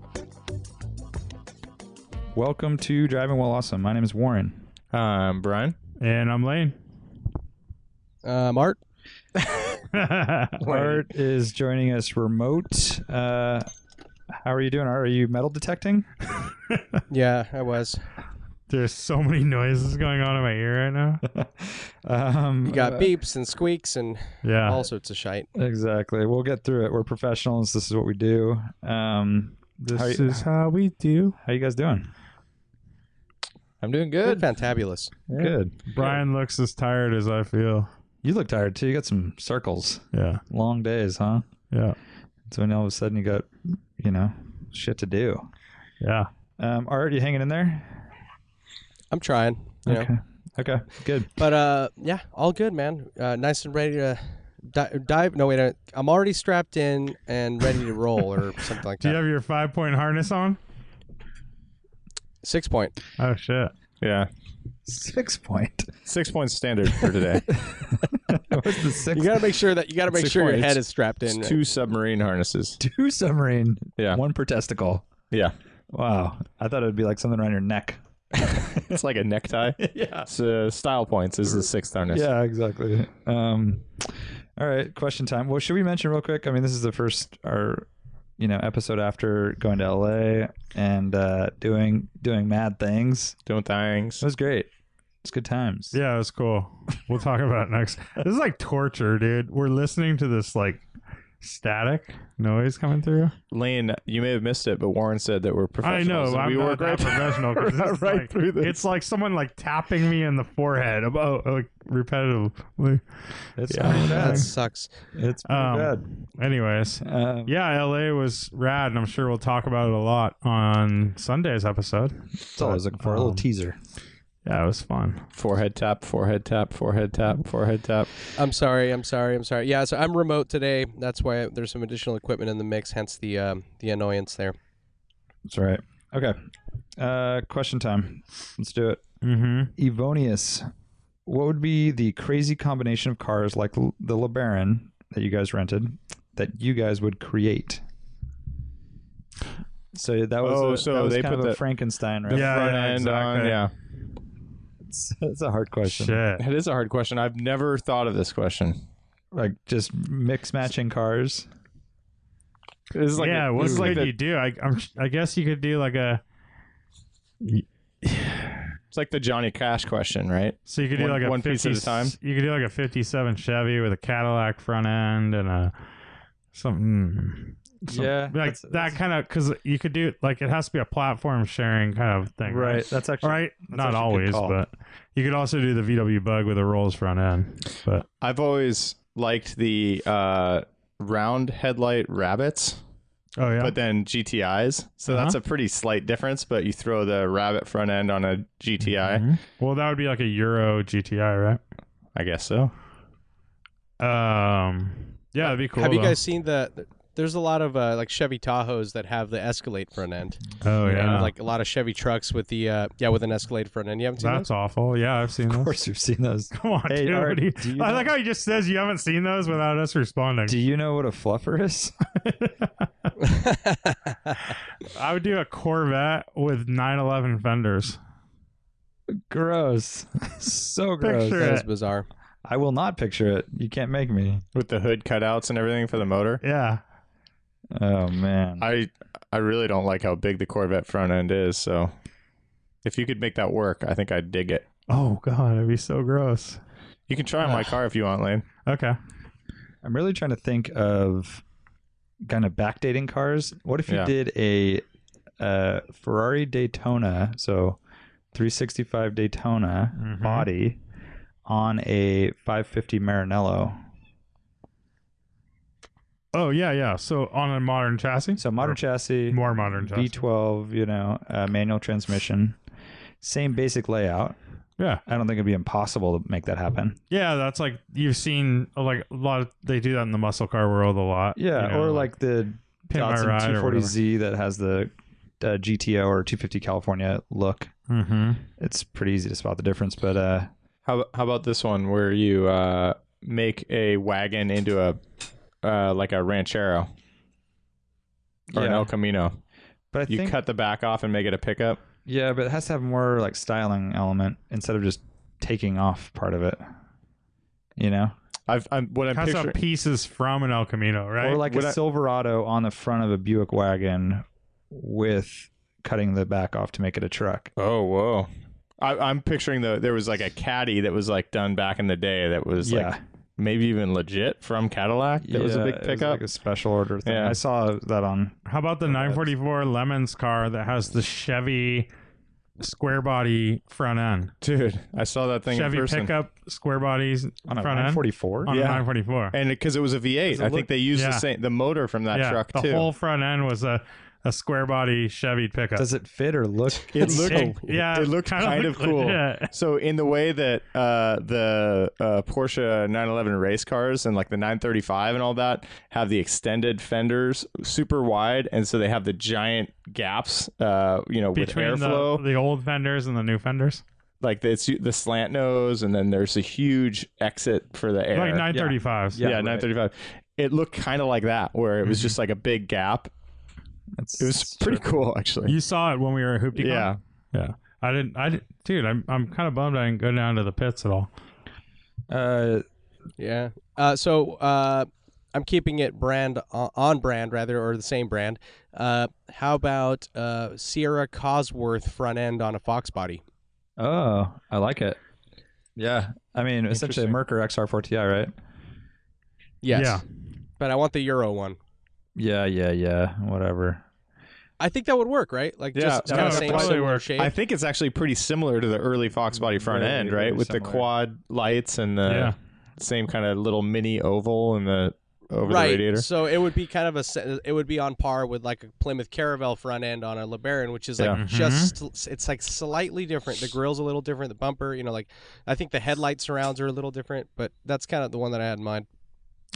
Welcome to Driving While Awesome. My name is Warren. Um, Brian. And I'm Lane. Uh, Mart? Art is joining us remote. Uh, how are you doing, Art? Are you metal detecting? Yeah, I was. There's so many noises going on in my ear right now. Um, You got uh, beeps and squeaks and Yeah. all sorts of shite. Exactly. We'll get through it. We're professionals. This is what we do. Um, this how you- is how we do. how you guys doing? I'm doing They're good. Fantabulous. Good. Brian looks as tired as I feel. You look tired too. You got some circles. Yeah. Long days, huh? Yeah. So when all of a sudden you got, you know, shit to do. Yeah. Um, Art, you hanging in there? I'm trying. You know. Okay. Okay. Good. But uh, yeah, all good, man. Uh, nice and ready to di- dive. No, wait. uh, I'm already strapped in and ready to roll or something like Do you that. have your five point harness on? Six point. Oh shit. Yeah. Six point. Six points standard for today. What's the six? You gotta make sure that you gotta make Six sure your points. head is strapped It's in. two submarine harnesses. two submarine. Yeah. One per testicle. Yeah. Wow. I thought it would be like something around your neck. It's like a necktie. yeah. It's uh, style points. This is the sixth harness. Yeah, exactly. Um all right, question time. Well, should we mention real quick? I mean, this is the first our you know, episode after going to LA and uh doing doing mad things. Doing things. It was great. It's good times. Yeah, it was cool. We'll talk about it next. This is like torture, dude. We're listening to this like static noise coming through. Lane, you may have missed it, but Warren said that we're I know. professionals. and I'm we not work that right professional. 'cause We're this not is right like- through this. It's like someone like tapping me in the forehead about like repetitively. It's Yeah. pretty That bad. sucks. It's pretty Um, Anyways, bad. Um, yeah, LA was rad, and I'm sure we'll talk about it a lot on Sunday's episode. that's all I was looking for. a little um, teaser. Yeah, it was fun. Forehead tap, forehead tap, forehead tap, forehead tap. I'm sorry. I'm sorry. I'm sorry. Yeah, so I'm remote today. That's why there's some additional equipment in the mix, hence the um, the annoyance there. That's right. Okay. Uh question time. Let's do it. Mm-hmm. Evonius, what would be the crazy combination of cars like L- the LeBaron that you guys rented that you guys would create? So that was Oh, a, so that was they kind put of a the- Frankenstein, right? The Yeah, front yeah, end on. exactly. Yeah. It's, it's a hard question. Shit. It is a hard question. I've never thought of this question. Like just mix matching cars. This is like yeah, a- what this is could like the- you do? I, I'm, I guess you could do like a. It's like the Johnny Cash question, right? So you could One- do like a one piece at a 50 time? You could do like a '57 Chevy with a Cadillac front end and a something. some- Yeah, like Hmm. that's- that kind of because you could do like it has to be a platform sharing kind of thing, right? That's All actually right, not actually a always, good call. but you could also do the VW Bug with a Rolls front end. But I've always liked the uh, round headlight rabbits, oh yeah, but then GTIs. So that's Uh-huh. a pretty slight difference, but you throw the rabbit front end on a Mm-hmm. GTI. Mhm. Well, that would be like a Euro GTI, I guess so. right? Um, yeah, that'd be cool. have you though. guys seen the? There's a lot of uh, like Chevy Tahoes that have the Escalade front end, Oh yeah, and like a lot of Chevy trucks with the uh, yeah with an Escalade front end. You haven't seen that's awful. Yeah, I've seen Of those. course, you've seen those. Come on, Hey, dude. Art, what do you- do you I know- like how he just says you haven't seen those without us responding. Do you know what a fluffer is? those? I would do a Corvette with 911 fenders. gross. so gross. Picture that is it. bizarre. I will not picture it. You can't make me. With the hood cutouts and everything for the motor. Yeah. Oh man. I I really don't like how big the Corvette front end is, so if you could make that work, I think I'd dig it. Oh god, it'd be so gross. You can try on my car if you want, Lane. Okay. I'm really trying to think of kind of backdating cars. What if you Yeah. did a uh, Ferrari Daytona, so 365 Daytona Mhm. body on a 550 Marinello? Oh yeah, yeah. So on a modern chassis, So modern Or chassis, more modern chassis. V12, you know, uh, manual transmission, same basic layout. yeah, I don't think it'd be impossible to make that happen. yeah. That's like you've seen uh, like a lot. Of, they do that in the muscle car world a lot. Yeah, you know, or like the Pin My Datsun Ride or 240Z that has the uh, GTO or 250 California look. Mm-hmm. It's pretty easy to spot the difference, but uh, How how about this one where you uh, make a wagon into a uh, like a ranchero or an Yeah. El Camino? but I You think cut the back off and make it a pickup. yeah, but it has to have more like styling element instead of just taking off part of it. You know, I've I'm, what I'm Cuts picturing. out pieces from an El Camino, right? or like Would a I- Silverado on the front of a Buick wagon with cutting the back off to make it a truck. oh whoa. I, I'm picturing the there was like a caddy that was like done back in the day that was yeah, like maybe even legit from Cadillac. That was a Yeah, big it was pickup. like a special order thing. Yeah. I saw that on. How about the uh, 944 Lemons car that has the Chevy square body front end? Dude, I saw that thing Chevy in person. pickup square bodies On a front end 944. on Yeah. a 944. And because it was a V8, I think they used yeah. the same the motor from that yeah, truck the too. whole front end was a, a square body Chevy pickup. Does it fit or look? it looked yeah, it looked kinda kind looked of cool. legit. So in the way that uh, the uh, Porsche 911 race cars and like the 935 and all that have the extended fenders super wide, and so they have the giant gaps, uh, you know, between with the, airflow. the old fenders and the new fenders. like it's the slant nose, and then there's a huge exit for the air. Like 935s. yeah, Mm-hmm. right. 935. It looked kind of like that, where it was just like a big gap. It's, It was pretty cool, actually. You saw it when we were at Hoopty. yeah. yeah. I didn't. I didn't, dude. I'm I'm kind of bummed I didn't go down to the pits at all. Uh, Yeah. Uh, so uh, I'm keeping it brand on on brand rather, or the same brand. Uh, how about uh, Sierra Cosworth front end on a Fox body? oh, I like it. Yeah, I mean, essentially a Merkur XR4Ti, right? Yes. Yeah. But I want the Euro one. Yeah, yeah, yeah. Whatever. I think that would work, right? Like Yeah, just that kind would of same probably similar work. shape. I think it's actually pretty similar to the early Fox Body front Very, end, right? very With the similar. quad lights and the Yeah. same kind of little mini oval and the over right. the radiator. So it would be kind of a se- it would be on par with like a Plymouth Caravel front end on a LeBaron, which is like Yeah. Mm-hmm. just it's like slightly different. The grille's a little different, the bumper, you know, like I think the headlight surrounds are a little different, but that's kind of the one that I had in mind.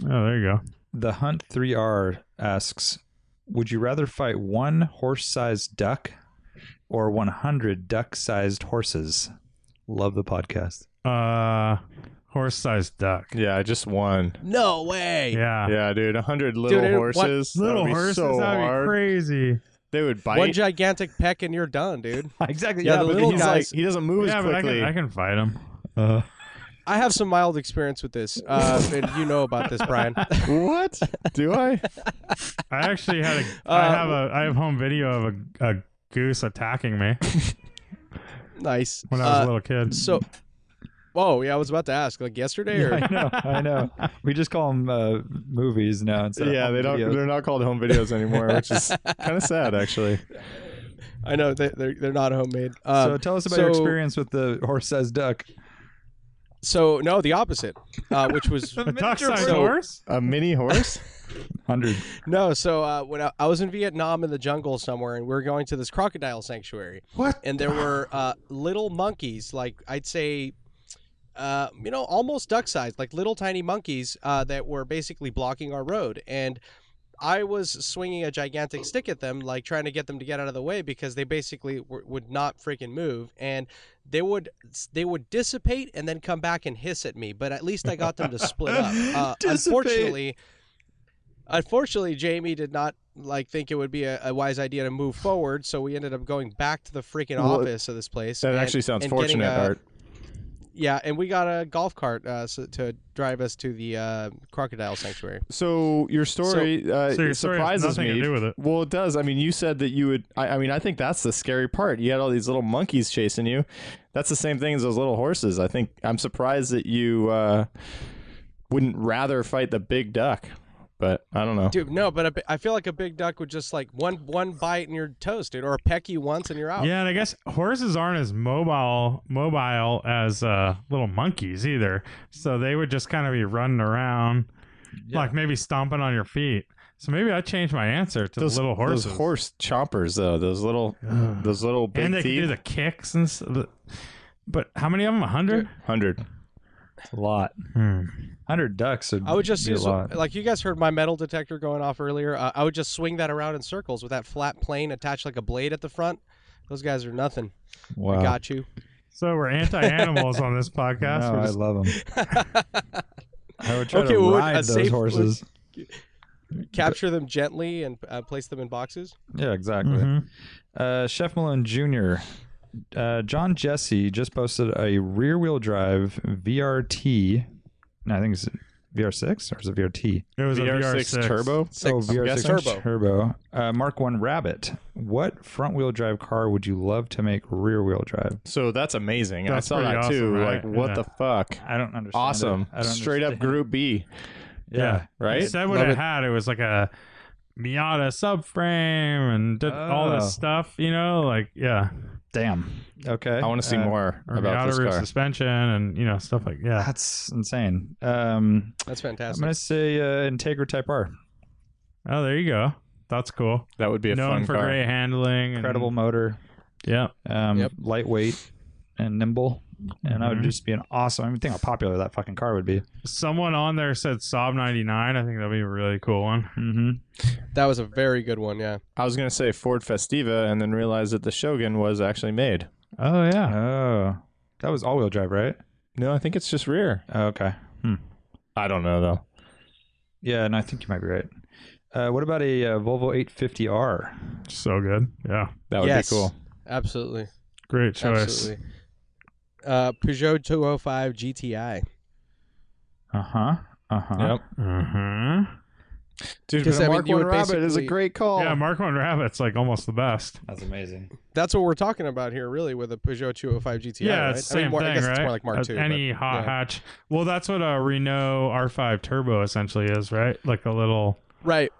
Oh, there you go. The Hunt 3R asks, would you rather fight one horse-sized duck or 100 duck-sized horses? Love the podcast. Uh, horse-sized duck. Yeah, just one. No way. Yeah. Yeah, dude, a hundred little it- what- horses. that Little would be horses, so that'd be hard. crazy. They would bite. One gigantic peck and you're done, dude. exactly. yeah, the but little he's guys- like he doesn't move yeah, as but I quickly. Uh, can, I can fight him. I have some mild experience with this, uh, and you know about this, Brian. what do I? I actually had a. I Uh, have a. I have home video of a, a goose attacking me nice. when I Uh, was a little kid. So, whoa, yeah, I was about to ask, like yesterday or I know. I know. We just call them uh, movies now instead of yeah, home they don't. videos. They're not called home videos anymore, which is kind of sad, actually. I know they, they're they're not homemade. Um, so tell us about your so- experience with the horse-sized duck. So no, the opposite, uh, which was a duck-sized so- horse. A mini horse. 100. no. So uh, when I, I was in Vietnam in the jungle somewhere, and we were going to this crocodile sanctuary. What? And there were uh, little monkeys, like I'd say, uh, you know, almost duck-sized, like little tiny monkeys uh, that were basically blocking our road. And I was swinging a gigantic stick at them, like trying to get them to get out of the way because they basically w- would not freaking move, and they would they would dissipate and then come back and hiss at me. But at least I got them to split up. Uh, Dissipate. unfortunately, unfortunately, Jamie did not like think it would be a, a wise idea to move forward, so we ended up going back to the freaking Well, office of this place. That and- actually sounds and getting fortunate, a- Art. Yeah, and we got a golf cart uh, so, to drive us to the uh, crocodile sanctuary. So your story uh, So your story has surprises nothing me. to do with it. Well, it does. I mean, you said that you would. I, I mean, I think that's the scary part. You had all these little monkeys chasing you. That's the same thing as those little horses. I think I'm surprised that you uh, wouldn't rather fight the big duck. But I don't know. Dude, no, but a bi- I feel like a big duck would just like one one bite and you're toasted, or peck you once and you're out. Yeah, and I guess horses aren't as mobile mobile as uh, little monkeys either. So they would just kind of be running around. Yeah. like maybe stomping on your feet. So maybe I change my answer to those the little horses. those horse chompers though. Those little, Ugh. those little big and they can do teeth. the kicks and s- the, but how many of them? A hundred. Hundred. It's a lot. Hmm. Hundred ducks would I would just be use a lot. like you guys heard my metal detector going off earlier. Uh, I would just swing that around in circles with that flat plane attached like a blade at the front. Those guys are nothing. wow. I got you. So we're anti-animals on this podcast. No, We're I just- love them. I would try Okay, to well, would- ride a those safe- horses. Capture them gently and uh, place them in boxes. Yeah, exactly. Mhm. Uh, Chef Malone Jr. Uh, John Jesse just posted a rear wheel drive VRT. No, I think it's VR6 or is it VRT? It was a VR6 VR6 turbo. Six. oh, VR6 guessing. Turbo. Uh, Mark 1 Rabbit. What front wheel drive car would you love to make rear wheel drive? So that's amazing. That's I saw pretty that too. awesome, right? Like what Yeah. the fuck? I don't understand. it. Awesome. I don't Straight up understand. Group B. Yeah. Right. It said what Love it, it. had. It was like a Miata subframe and did all Oh. this stuff. You know, like yeah, Damn. Okay. I want to see Uh, more or about Miata this rear car. suspension and you know stuff like yeah. That's insane. Um, That's I'm fantastic. going to say uh, Integra Type R. Oh, there you go. That's cool. That would be a Known fun for car. great handling. and- Incredible motor. yeah. um, Yep. lightweight and nimble, and I would Mhm. just be an awesome. I mean, think how popular that fucking car would be. Someone on there said Saab 99. I think that'd be a really cool one. Mm-hmm. that was a very good one. Yeah. I was gonna say Ford Festiva, and then realized that the Shogun was actually made. Oh yeah. Oh, that was all-wheel drive, right? No, I think it's just rear. Oh, okay. I don't know though. Yeah, and I think you might be right. Uh, what about a uh, Volvo 850R? So good. Yeah. That would Yes. be cool. Absolutely. Great choice. Absolutely. Uh, Peugeot 205 GTI. Uh huh. Uh huh. Yep. Uh-huh. Dude, Because, but a I mean, Mark you One would Rabbit is a basically- great call. Yeah, Mark One Rabbit's like almost the best. That's amazing. That's what we're talking about here, really, with a Peugeot 205 GTI. Yeah, right? it's I mean, same more, thing, I guess right? it's more like Mark That's II. but- Any hot yeah. hatch. Well, that's what a Renault R5 Turbo essentially is, right? Like a little. Right.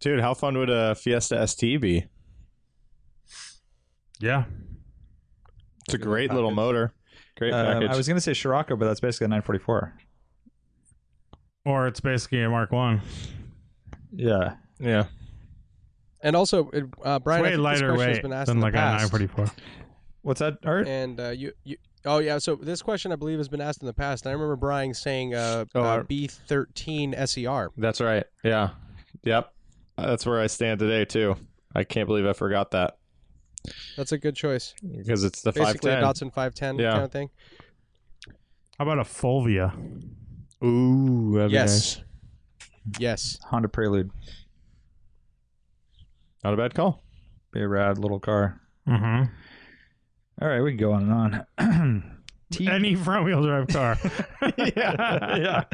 Dude, how fun would a Fiesta ST be? Yeah. It's a great little package. motor. Great Uh, package. Um, I was gonna say Scirocco, but that's basically a 944. Or it's basically a Mark One. Yeah. yeah. And also, it- uh, Brian, I Way think this lighter question has weight been asked than in the like past. a 944. What's that art? And uh, you, you, oh yeah. So this question I believe has been asked in the past. And I remember Brian saying uh, Oh, I- B thirteen E SER. That's right. Yeah. Yep. That's where I stand today too. I can't believe I forgot that That's a good choice. because it's the Basically, a 510. Datsun five ten Yeah. kind of thing. How about a Fulvia? Ooh, that'd be nice. yes. Yes. Honda Prelude. Not a bad call. Be a rad little car. Mm-hmm. All right, we can go on and on. T- Any front wheel drive car. yeah,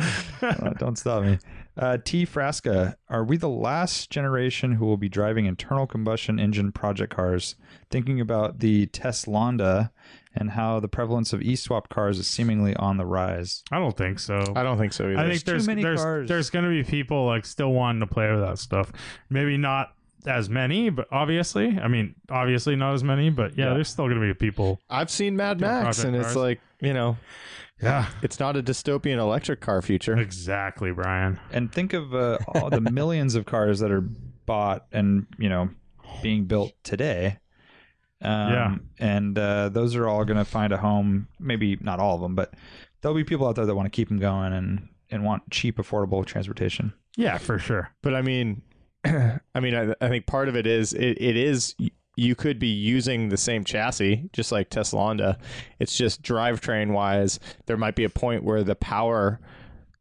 yeah. Don't stop me. Uh, T. Frasca, are we the last generation who will be driving internal combustion engine project cars? Thinking about the Teslanda and how the prevalence of e-swap cars is seemingly on the rise. I don't think so. I don't think so either. I think too there's many there's cars. there's gonna be people like still wanting to play with that stuff. Maybe not as many, but obviously, I mean, obviously not as many, but yeah, Yeah. there's still gonna be people. I've seen Mad Doing Max, project and it's cars. like you know, Yeah, it's not a dystopian electric car future. exactly, Brian. And think of uh, all the millions of cars that are bought and you know being built today. Um, Yeah. and uh, those are all going to find a home. Maybe not all of them, but there'll be people out there that want to keep them going and and want cheap, affordable transportation. Yeah, for sure. But I mean, I mean, I, I think part of it is it, it is y- you could be using the same chassis, just like Tesla Honda. It's just drivetrain wise, there might be a point where the power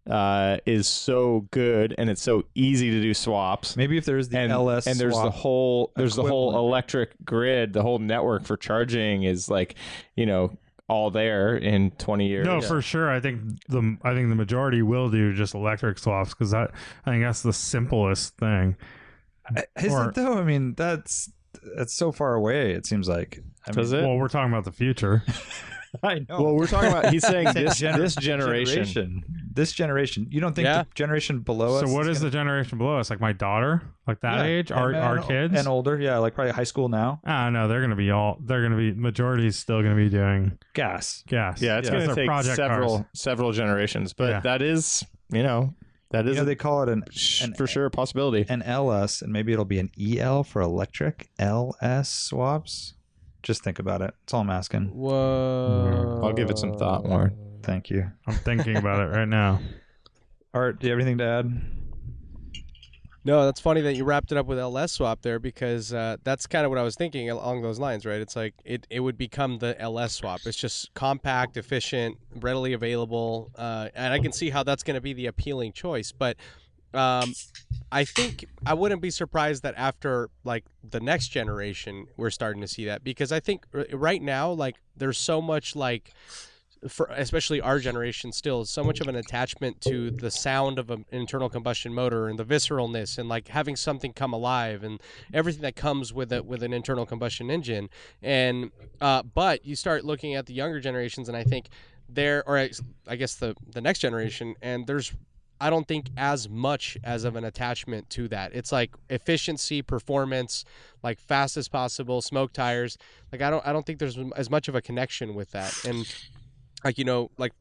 uh, is so good and it's so easy to do swaps. Maybe if there's the and, LS and there's the swap. whole there's the whole equivalent. electric grid the whole network for charging is like you know all there in 20 years No, for sure. I think the I think the majority will do just electric swaps because that I think that's the simplest thing. is or- it though? I mean, that's that's so far away. It seems like. I mean, does it Well, we're talking about the future. I know. well we're talking about he's saying this, gener- this generation, This generation. You don't think Yeah. the generation below us? so, what is the generation below us? Like my daughter, like that Yeah. age, our and, our and- kids. and older? Yeah, like probably high school now. Ah, no, they're gonna be all. They're gonna be majority's still gonna be doing Gas. gas. yeah it's Those going are to take project several cars. several generations but Yeah. that is you know That is you know, they call it an sh- an- for sure a possibility. an LS, and maybe it'll be an EL for electric LS swaps. Just think about it. That's all I'm asking. Whoa. I'll give it some thought, Warren. Thank you. I'm thinking about it right now. Art, do you have anything to add? No, that's funny that you wrapped it up with LS swap there because uh, that's kind of what I was thinking along those lines, right? It's like it, it would become the LS swap. It's just compact, efficient, readily available, uh, and I can see how that's going to be the appealing choice. But um, I think I wouldn't be surprised that after like the next generation, we're starting to see that because I think r- right now, like there's so much like for especially our generation still so much of an attachment to the sound of an internal combustion motor and the visceralness and like having something come alive and everything that comes with it with an internal combustion engine and uh, but you start looking at the younger generations and i think there or I, I guess the the next generation and there's i don't think as much as of an attachment to that it's like efficiency performance like fast as possible smoke tires like i don't i don't think there's as much of a connection with that and like you know like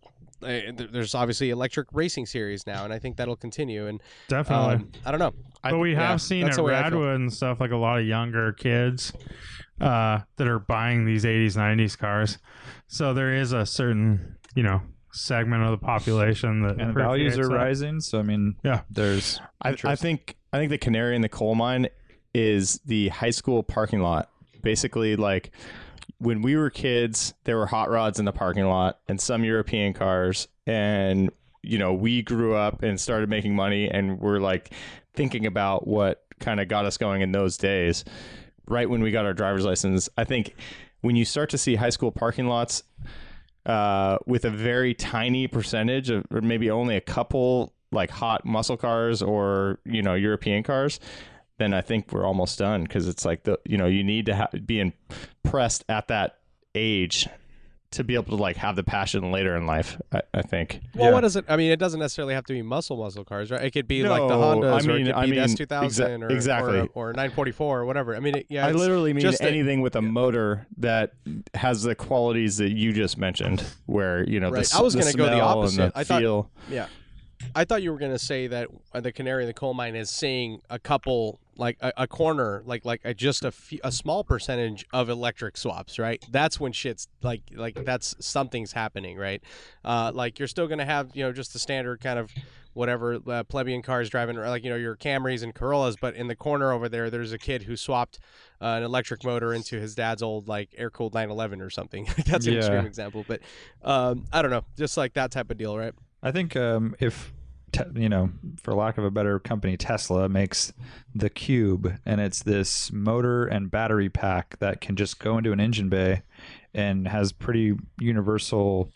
uh, there- there's obviously electric racing series now and i think that'll continue and Definitely. um, i don't know but we have yeah, seen that's at the way I feel. Radwood and stuff like a lot of younger kids uh, that are buying these 80s 90s cars. So there is a certain you know segment of the population that And the values are appreciates that. rising, so I mean, Yeah. there's I, I think I think the canary in the coal mine is the high school parking lot. Basically, like when we were kids, there were hot rods in the parking lot and some European cars, and you know we grew up and started making money, and we're like thinking about what kind of got us going in those days. Right when we got our driver's license, I think when you start to see high school parking lots uh, with a very tiny percentage of, or maybe only a couple like hot muscle cars or you know European cars, then I think we're almost done because it's like the you know you need to ha- be impressed at that age to be able to like have the passion later in life. I, I think. well what is it i mean it doesn't necessarily have to be muscle muscle cars right it could be like the No, hondas I or it mean- could be I the mean, s2000 exa- or, exactly. or, or 944 or whatever i mean it, yeah I it's- literally mean just that- anything with a motor that has the qualities that you just mentioned, where you know Right. the, s- I was the gonna go the smell opposite. And the I thought- feel. yeah i thought you were going to say that uh, the canary in the coal mine is seeing a couple like a, a corner like like a, just a, few, a small percentage of electric swaps right that's when shit's like like that's something's happening right uh like you're still going to have you know just the standard kind of whatever uh, plebeian cars driving or like you know your camrys and corollas but in the corner over there there's a kid who swapped uh, an electric motor into his dad's old like air-cooled 911 or something that's an Yeah. extreme example but um i don't know just like that type of deal right I think um, if te- you know, for lack of a better company, Tesla makes the Cube, and it's this motor and battery pack that can just go into an engine bay, and has pretty universal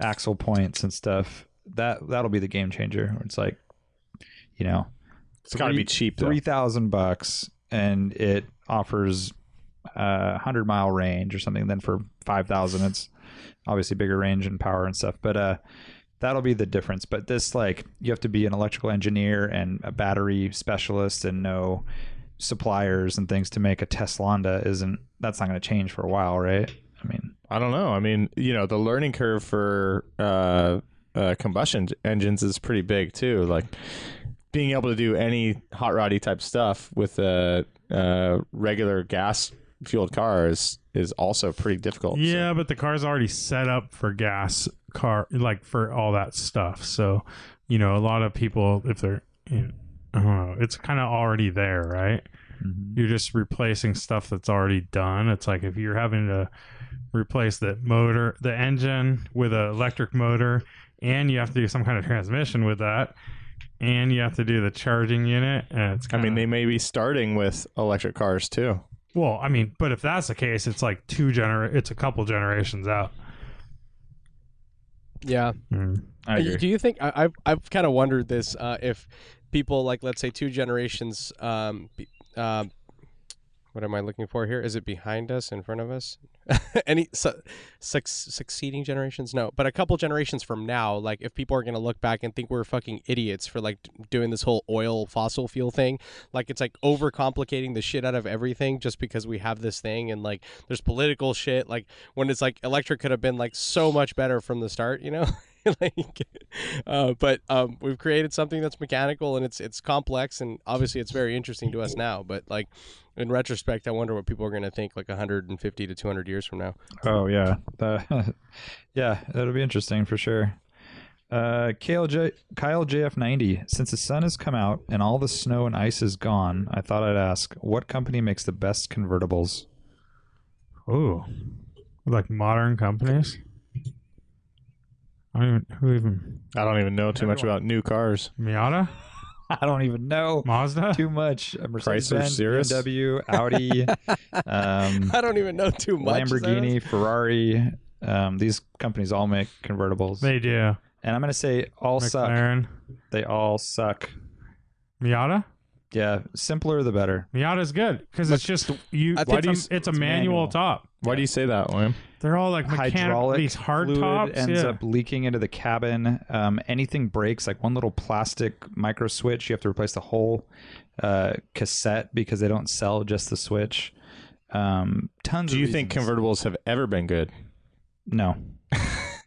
axle points and stuff. That that'll be the game changer. It's like, you know, It's got to be cheap. Though. three thousand bucks, and it offers a hundred mile range or something. Then for five thousand, it's obviously bigger range and power and stuff. But uh, that'll be the difference. But this, like, you have to be an electrical engineer and a battery specialist and know suppliers and things to make a Teslanda. Isn't that's not going to change for a while, right? I mean, I don't know. I mean, you know, the learning curve for uh, uh, combustion engines is pretty big too. Like being able to do any hot roddy type stuff with a uh, regular gas fueled car is, is also pretty difficult. so- Yeah, but the car's already set up for gas car, like for all that stuff. So, you know, a lot of people, if they're, you know, I don't know, it's kind of already there, right? You're just replacing stuff that's already done. It's like if you're having to replace the motor, the engine with an electric motor, and you have to do some kind of transmission with that, and you have to do the charging unit. And it's I kind mean, of, they may be starting with electric cars too. well, I mean, but if that's the case, it's like two gener, it's a couple generations out. yeah Hmm. Mm. I Do- Do you think I, I've I've kind of wondered this uh, if people like let's say two generations um, be, um what am I looking for here? Is it behind us, in front of us? Any su- suc succeeding generations? No, but a couple generations from now, like if people are gonna look back and think we're fucking idiots for like d- doing this whole oil fossil fuel thing, like it's like overcomplicating the shit out of everything just because we have this thing and like there's political shit. Like when it's like electric could have been like so much better from the start, you know? like, uh, but um, we've created something that's mechanical and it's it's complex and obviously it's very interesting to us now. But like in retrospect, I wonder what people are going to think like 150 to 200 years from now. Oh yeah, That- yeah, that'll be interesting for sure. Uh, KLJ, Kyle JF90. Since the sun has come out and all the snow and ice is gone, I thought I'd ask what company makes the best convertibles. Ooh, like modern companies. I don't even, who even I don't even know too much about new cars. Miata, I don't even know Mazda. too much. Mercedes Cirrus? BMW, Audi, um, I don't even know too much. is that right? Lamborghini, Ferrari. Um, these companies all make convertibles, They do. and I'm gonna say all suck. McLaren. They all suck. Miata. Yeah, simpler the better. Miata's good because it's just you. I think Why do you? it's- It's, a manual, manual. top. Why do you say that, Liam? They're all like mechanical. hydraulic These hard fluid tops. ends yeah. up leaking into the cabin. Um, anything breaks, like one little plastic micro switch, you have to replace the whole uh, cassette because they don't sell just the switch. Um, tons. Do of you think reasons. convertibles have ever been good? No.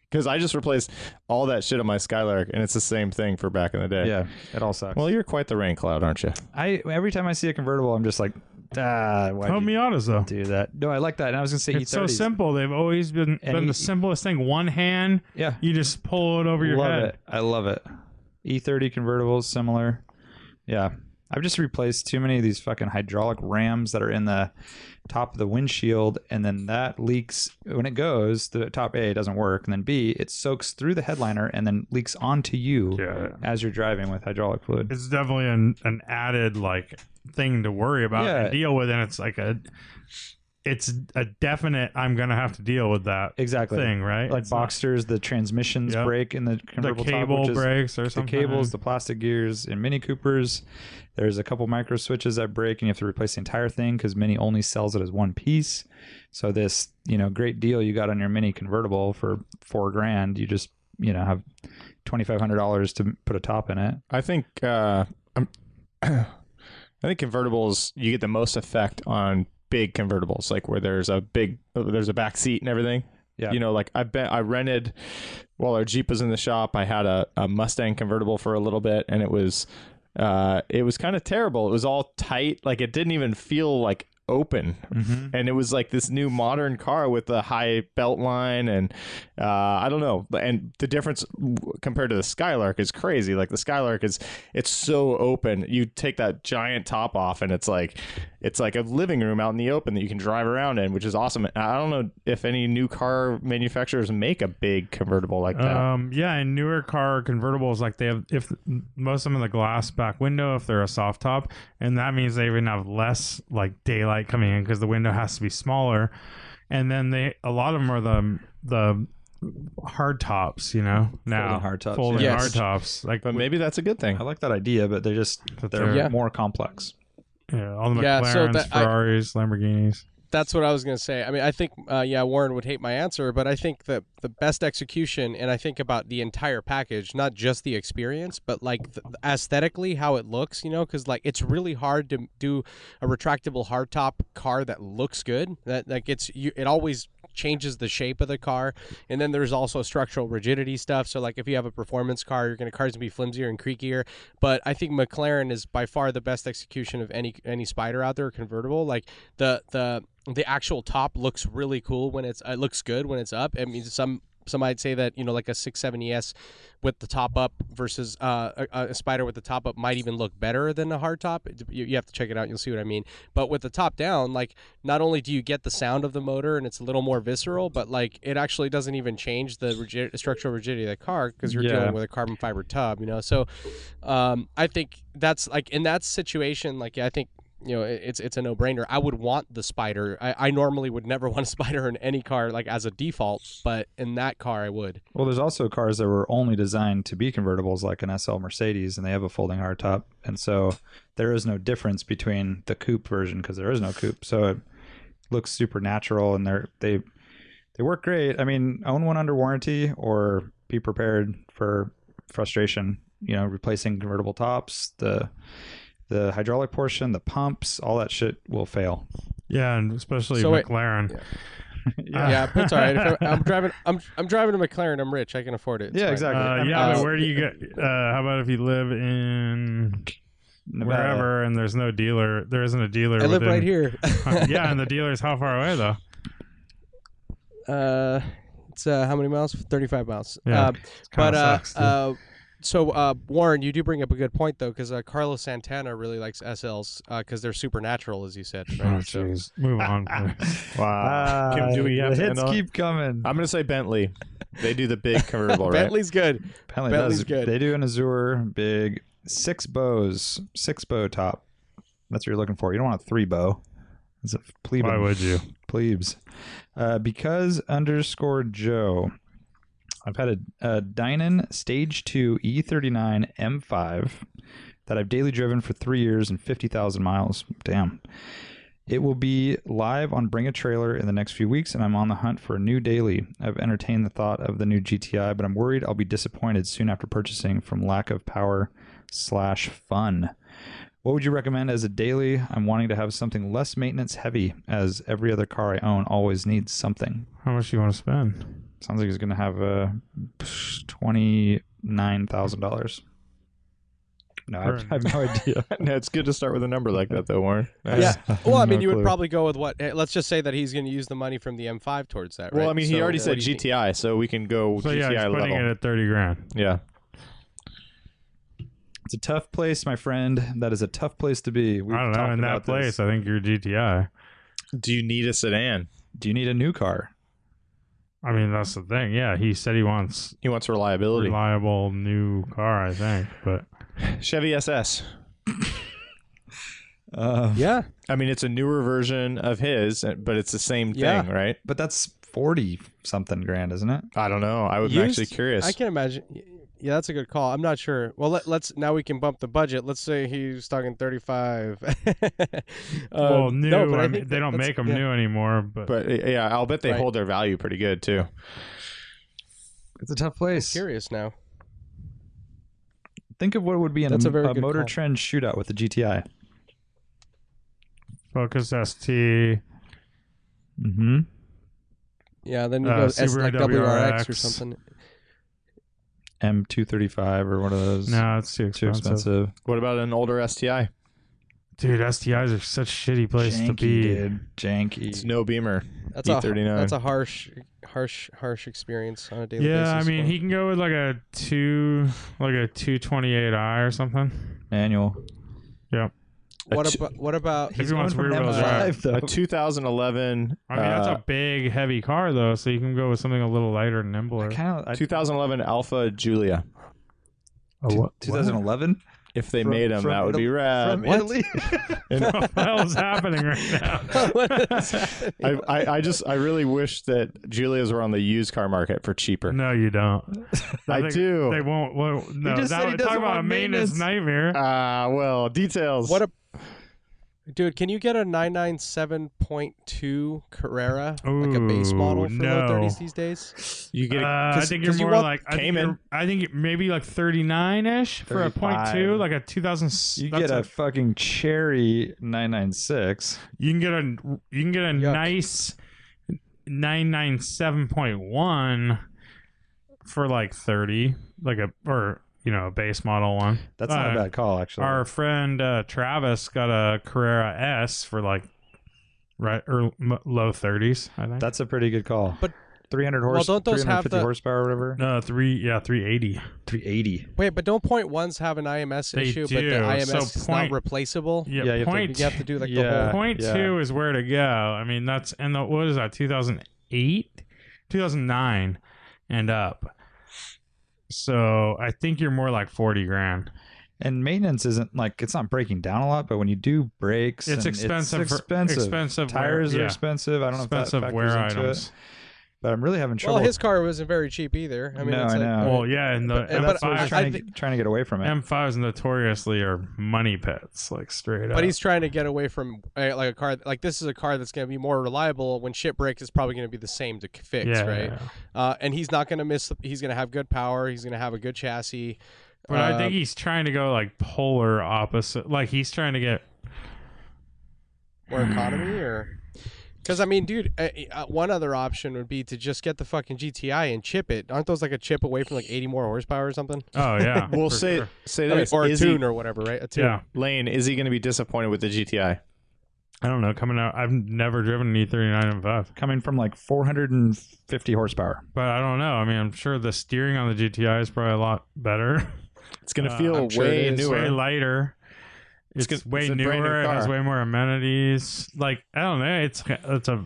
Because I just replaced all that shit on my Skylark, and it's the same thing for back in the day. Yeah, it all sucks. Well, you're quite the rain cloud, aren't you? I every time I see a convertible, I'm just like, ah, why Oh, do you Miatas though. do that? No, I like that. And I was gonna say E It's so E30s. simple. They've always been And been he- the simplest thing. One hand, Yeah, you just pull it over your love head. it. I love it. E30 convertibles, similar. Yeah. I've just replaced too many of these fucking hydraulic rams that are in the top of the windshield, and then that leaks when it goes. The top A doesn't work, and then B it soaks through the headliner and then leaks onto you Yeah. as you're driving with hydraulic fluid. It's definitely an, an added like thing to worry about Yeah. and deal with, and it's like a it's a definite. I'm gonna have to deal with that exactly, thing, right? like It's not- Boxsters, the transmissions Yep. break in the the convertible top, cable which is breaks or the something. cables, the plastic gears, and Mini Coopers. There's a couple micro switches that break, and you have to replace the entire thing because Mini only sells it as one piece. So this, you know, great deal you got on your Mini convertible for four grand, you just, you know, have twenty five hundred dollars to put a top in it. I think uh, I'm. I think convertibles you get the most effect on big convertibles, like where there's a big there's a back seat and everything. Yeah. You know, like I bet I rented while our Jeep was in the shop. I had a, a Mustang convertible for a little bit, and it was uh, it was kind of terrible. It was all tight, like it didn't even feel like open Mm-hmm. and it was like this new modern car with a high belt line and uh, i don't know and the difference w- compared to the skylark is crazy like the skylark is it's so open you take that giant top off and it's like it's like a living room out in the open that you can drive around in which is awesome i don't know if any new car manufacturers make a big convertible like that Um, yeah, and newer car convertibles, like they have, if most of them in the glass back window, if they're a soft top, and that means they even have less like daylight coming in because the window has to be smaller. And then they, a lot of them are the the hard tops, you know, now Folding hard tops, folding yeah. Yes. hard tops, like but maybe that's a good thing I like that idea, but they're just But they're they're- more complex. yeah, all the Yeah, McLarens, so that- I- Ferraris, Lamborghinis. That's what I was going to say. I mean, I think, uh, yeah, Warren would hate my answer, but I think that the best execution, and I think about the entire package, not just the experience, but like th- aesthetically how it looks, you know, because like it's really hard to do a retractable hardtop car that looks good. That like it's you, it always changes the shape of the car, and then there's also structural rigidity stuff. So like if you have a performance car, you're going to cars to be flimsier and creakier. But I think McLaren is by far the best execution of any any spider out there convertible. Like the the the actual top looks really cool when it's it looks good when it's up. I mean, some some might say that you know like a E 670s with the top up versus uh, a, a spider with the top up might even look better than a hard top. It- You, you have to check it out. You'll see what I mean. But with the top down, like not only do you get the sound of the motor and it's a little more visceral, but like it actually doesn't even change the rigid, structural rigidity of the car because you're Yeah. dealing with a carbon fiber tub, you know. So um, I think that's like in that situation, like I think you know it- it's it's a no brainer. I would want the spider. I, I normally would never want a spider in any car like as a default, but in that car I would. Well, there's also cars that were only designed to be convertibles, like an SL Mercedes, and they have a folding hardtop, and so there is no difference between the coupe version because there is no coupe, so it looks super natural, and they're they they work great. I mean, own one under warranty or be prepared for frustration. You know, replacing convertible tops, the the hydraulic portion, the pumps, all that shit will fail. Yeah, and especially So wait- McLaren. Yeah. Yeah, but it's all right. If I'm, I'm driving. I'm I'm driving a McLaren. I'm rich. I can afford it. It's yeah, fine. exactly. Uh, I'm- yeah, uh, but where do you get? Uh, how about if you live in Nevada. wherever and there's no dealer? There isn't a dealer. I live within- right here. Uh, yeah, and the dealer's how far away though? Uh, it's uh, how many miles? Thirty-five miles. Yeah, Uh, kinda but uh, sucks, dude. uh, so uh, Warren, you do bring up a good point though, because uh, Carlos Santana really likes SLs because they're supernatural, as you said. Oh Right? So- jeez, move on. please. Wow. Ah, Kim, do we have the to hits end on- keep coming. I'm gonna say Bentley. They do the big convertible, right? Bentley's good. Apparently Bentley's does. good. They do an Azure big six bows, six bow top. That's what you're looking for. You don't want a three bow. It's a plebe. Why would you? Plebes. Uh, because underscore Joe. I've had a, a Dynan Stage E 2 E39 M5 that I've daily driven for three years and 50,000 miles. Damn. It will be live on Bring a Trailer in the next few weeks, and I'm on the hunt for a new daily. I've entertained the thought of the new GTI, but I'm worried I'll be disappointed soon after purchasing from lack of power slash fun. What would you recommend as a daily? I'm wanting to have something less maintenance heavy, as every other car I own always needs something. How much do you want to spend? Sounds like he's going to have uh, twenty nine thousand dollars. No, I, I have no idea. no, it's good to start with a number like that, though, Warren. Yeah. Well, I mean, No you would clue. probably go with what? eh, Let's just say that he's going to use the money from the M5 towards that. Well, right? I mean, he So already what said do you think? GTI, so we can go So GTI yeah, he's putting level. it at thirty grand. Yeah. It's a tough place, my friend. That is a tough place to be. We've I don't know. talked In that about place, uh this. I think your GTI. Do you need a sedan? Do you need a new car? I mean, that's the thing. Yeah, he said he wants He wants reliability. reliable new car. I think, but Chevy SS. Uh, Yeah. I mean, it's a newer version of his, but it's the same thing, Yeah. right? but that's forty something grand, isn't it? I don't know. I would be Used? actually curious. I can imagine. Yeah, that's a good call. I'm not sure. Well, let, let's now we can bump the budget. Let's say he's talking 35. well, Uh, new. no, but I I mean, think they don't that's- make them yeah. new anymore. But, but uh, yeah, I'll bet they Right. hold their value pretty good too. It's a tough place. Curious now. Think of what would be in That's a, a very a good Motor call. Trend shootout with the GTI. Focus ST, Mm-hmm. Yeah, then you Uh, go S, Subaru like WRX or WRX. something. M two thirty five or one of those. no, it's too too expensive. expensive. What about an older STI? Dude, STIs are such shitty place to be. dude. Janky. It's no Beamer. That's E a E39. that's a harsh, harsh, harsh experience on a daily basis. Yeah, I mean, for- he can go with like a two, like a two twenty eight i or something. manual. What a- about what about? He's going from three wheel Amazon. drive. M5, though. A 2011. I mean, that's a big, heavy car though, so you can go with something a little lighter and nimbler. Kind of. uh, 2011 Alpha Julia. Oh, what? 2011. If they From- made them, from that would be Ital- rad. From Italy. what the hell is happening right now? What is that? I, I, I just I really wish that Julias were on the used car market for cheaper. No, you don't. I think do. They won't. Well, no, just that said he would talk doesn't about a want maintenance maintenance. nightmare. Uh, Ah, well, details. What a dude! Can you get a 997.2 Carrera, like a base model Ooh, for no. low 30s these days? you get? A, Uh, I 'cause- think you're 'cause you more want- like I think, Cayman. you're- I think maybe like 39 ish for a point 35. two, like a 2000. You that's get a, a- fucking cherry 996. you can get a you can get a Yuck. nice 997.1 for like 30, like a or you know a base model one. That's not a Uh, bad call, actually. Our friend uh, Travis got a Carrera S for like right or m- low 30s. I think That's a pretty good call. But- 300 Well, horse, don't those have 350 the- horsepower or whatever. no three yeah 380. 380. Wait, but don't point ones have an IMS They issue, but do, the IMS so is point- not replaceable? Yeah, Yeah, you have to- point You have to do like the Uh, Yeah. whole. Point two is where to go. I mean, that's and the, what is that? Two thousand eight, two thousand nine, and up. So I think you're more like forty grand. And maintenance isn't like it's not breaking down a lot, but when you do brakes, It's and expensive. It's for- expensive. expensive wear- Tires are yeah. expensive. I don't expensive know if that wear factors into items. it, but I'm really having trouble. Well, his car wasn't very cheap either. I mean, No, it's I like, know. Well, yeah, and the But- And that's what I- he's M5 trying, I to, trying to get away from it. M5s notoriously are money pits, like straight up. But he's trying to get away from uh, like a car. Like this is a car that's going to be more reliable. When shit breaks, it's probably going to be the same to c- fix, yeah, right? yeah. Uh, and he's not going to miss. He's going to have good power. He's going to have a good chassis. But I Uh, think he's trying to go like polar opposite. Like he's trying to get more economy or Because I mean, dude, uh, uh, one other option would be to just get the fucking GTI and chip it. Aren't those like a chip away from like 80 more horsepower or something? Oh yeah. We'll for say sure. say I mean, this or a is tune or whatever, right? A tune. Yeah. he, Lane. Is he going to be disappointed with the GTI? I don't know. Coming out, I've never driven an E E39 M5, coming from like 450 horsepower. but I don't know. I mean, I'm sure the steering on the GTI is probably a lot better. It's going to Uh, feel I'm sure way it is. newer. way lighter. It's It's, good- way it's a brand new newer. It has car. way more amenities. Like I don't know. It's it's a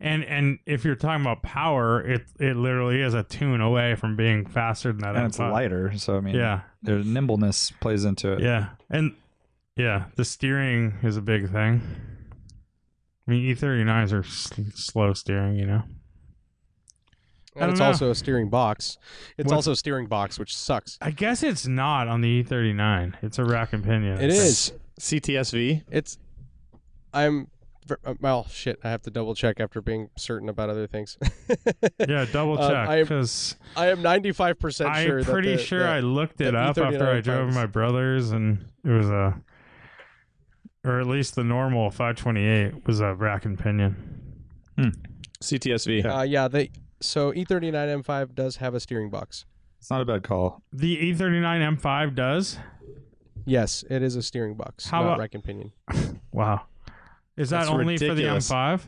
and and if you're talking about power, it it literally is a tune away from being faster than that. and it's M5. lighter. So I mean, Yeah, their nimbleness plays into it. yeah, and yeah, the steering is a big thing. I mean, E39s are sl- slow steering, you know. And I don't it's know. also a steering box. It's What- also a steering box, which sucks. I guess it's not on the E39. It's a rack and pinion. It is. CTSV. It's. I'm. uh, Well, shit. I have to double check after being certain about other things. Yeah, double Uh, check I- because I am 95% I'm sure. that pretty the- sure the- I looked it the up E39 after I drove finds- my brother's, and it was a, or at least the normal 528 was a rack and pinion. CTSV. Uh, yeah, they so E E39 M5 does have a steering box. It's not a bad call. The E E39 M5 does. Yes, it is a steering box. How not about- rack and pinion? Wow, is that That's only ridiculous. for the M5?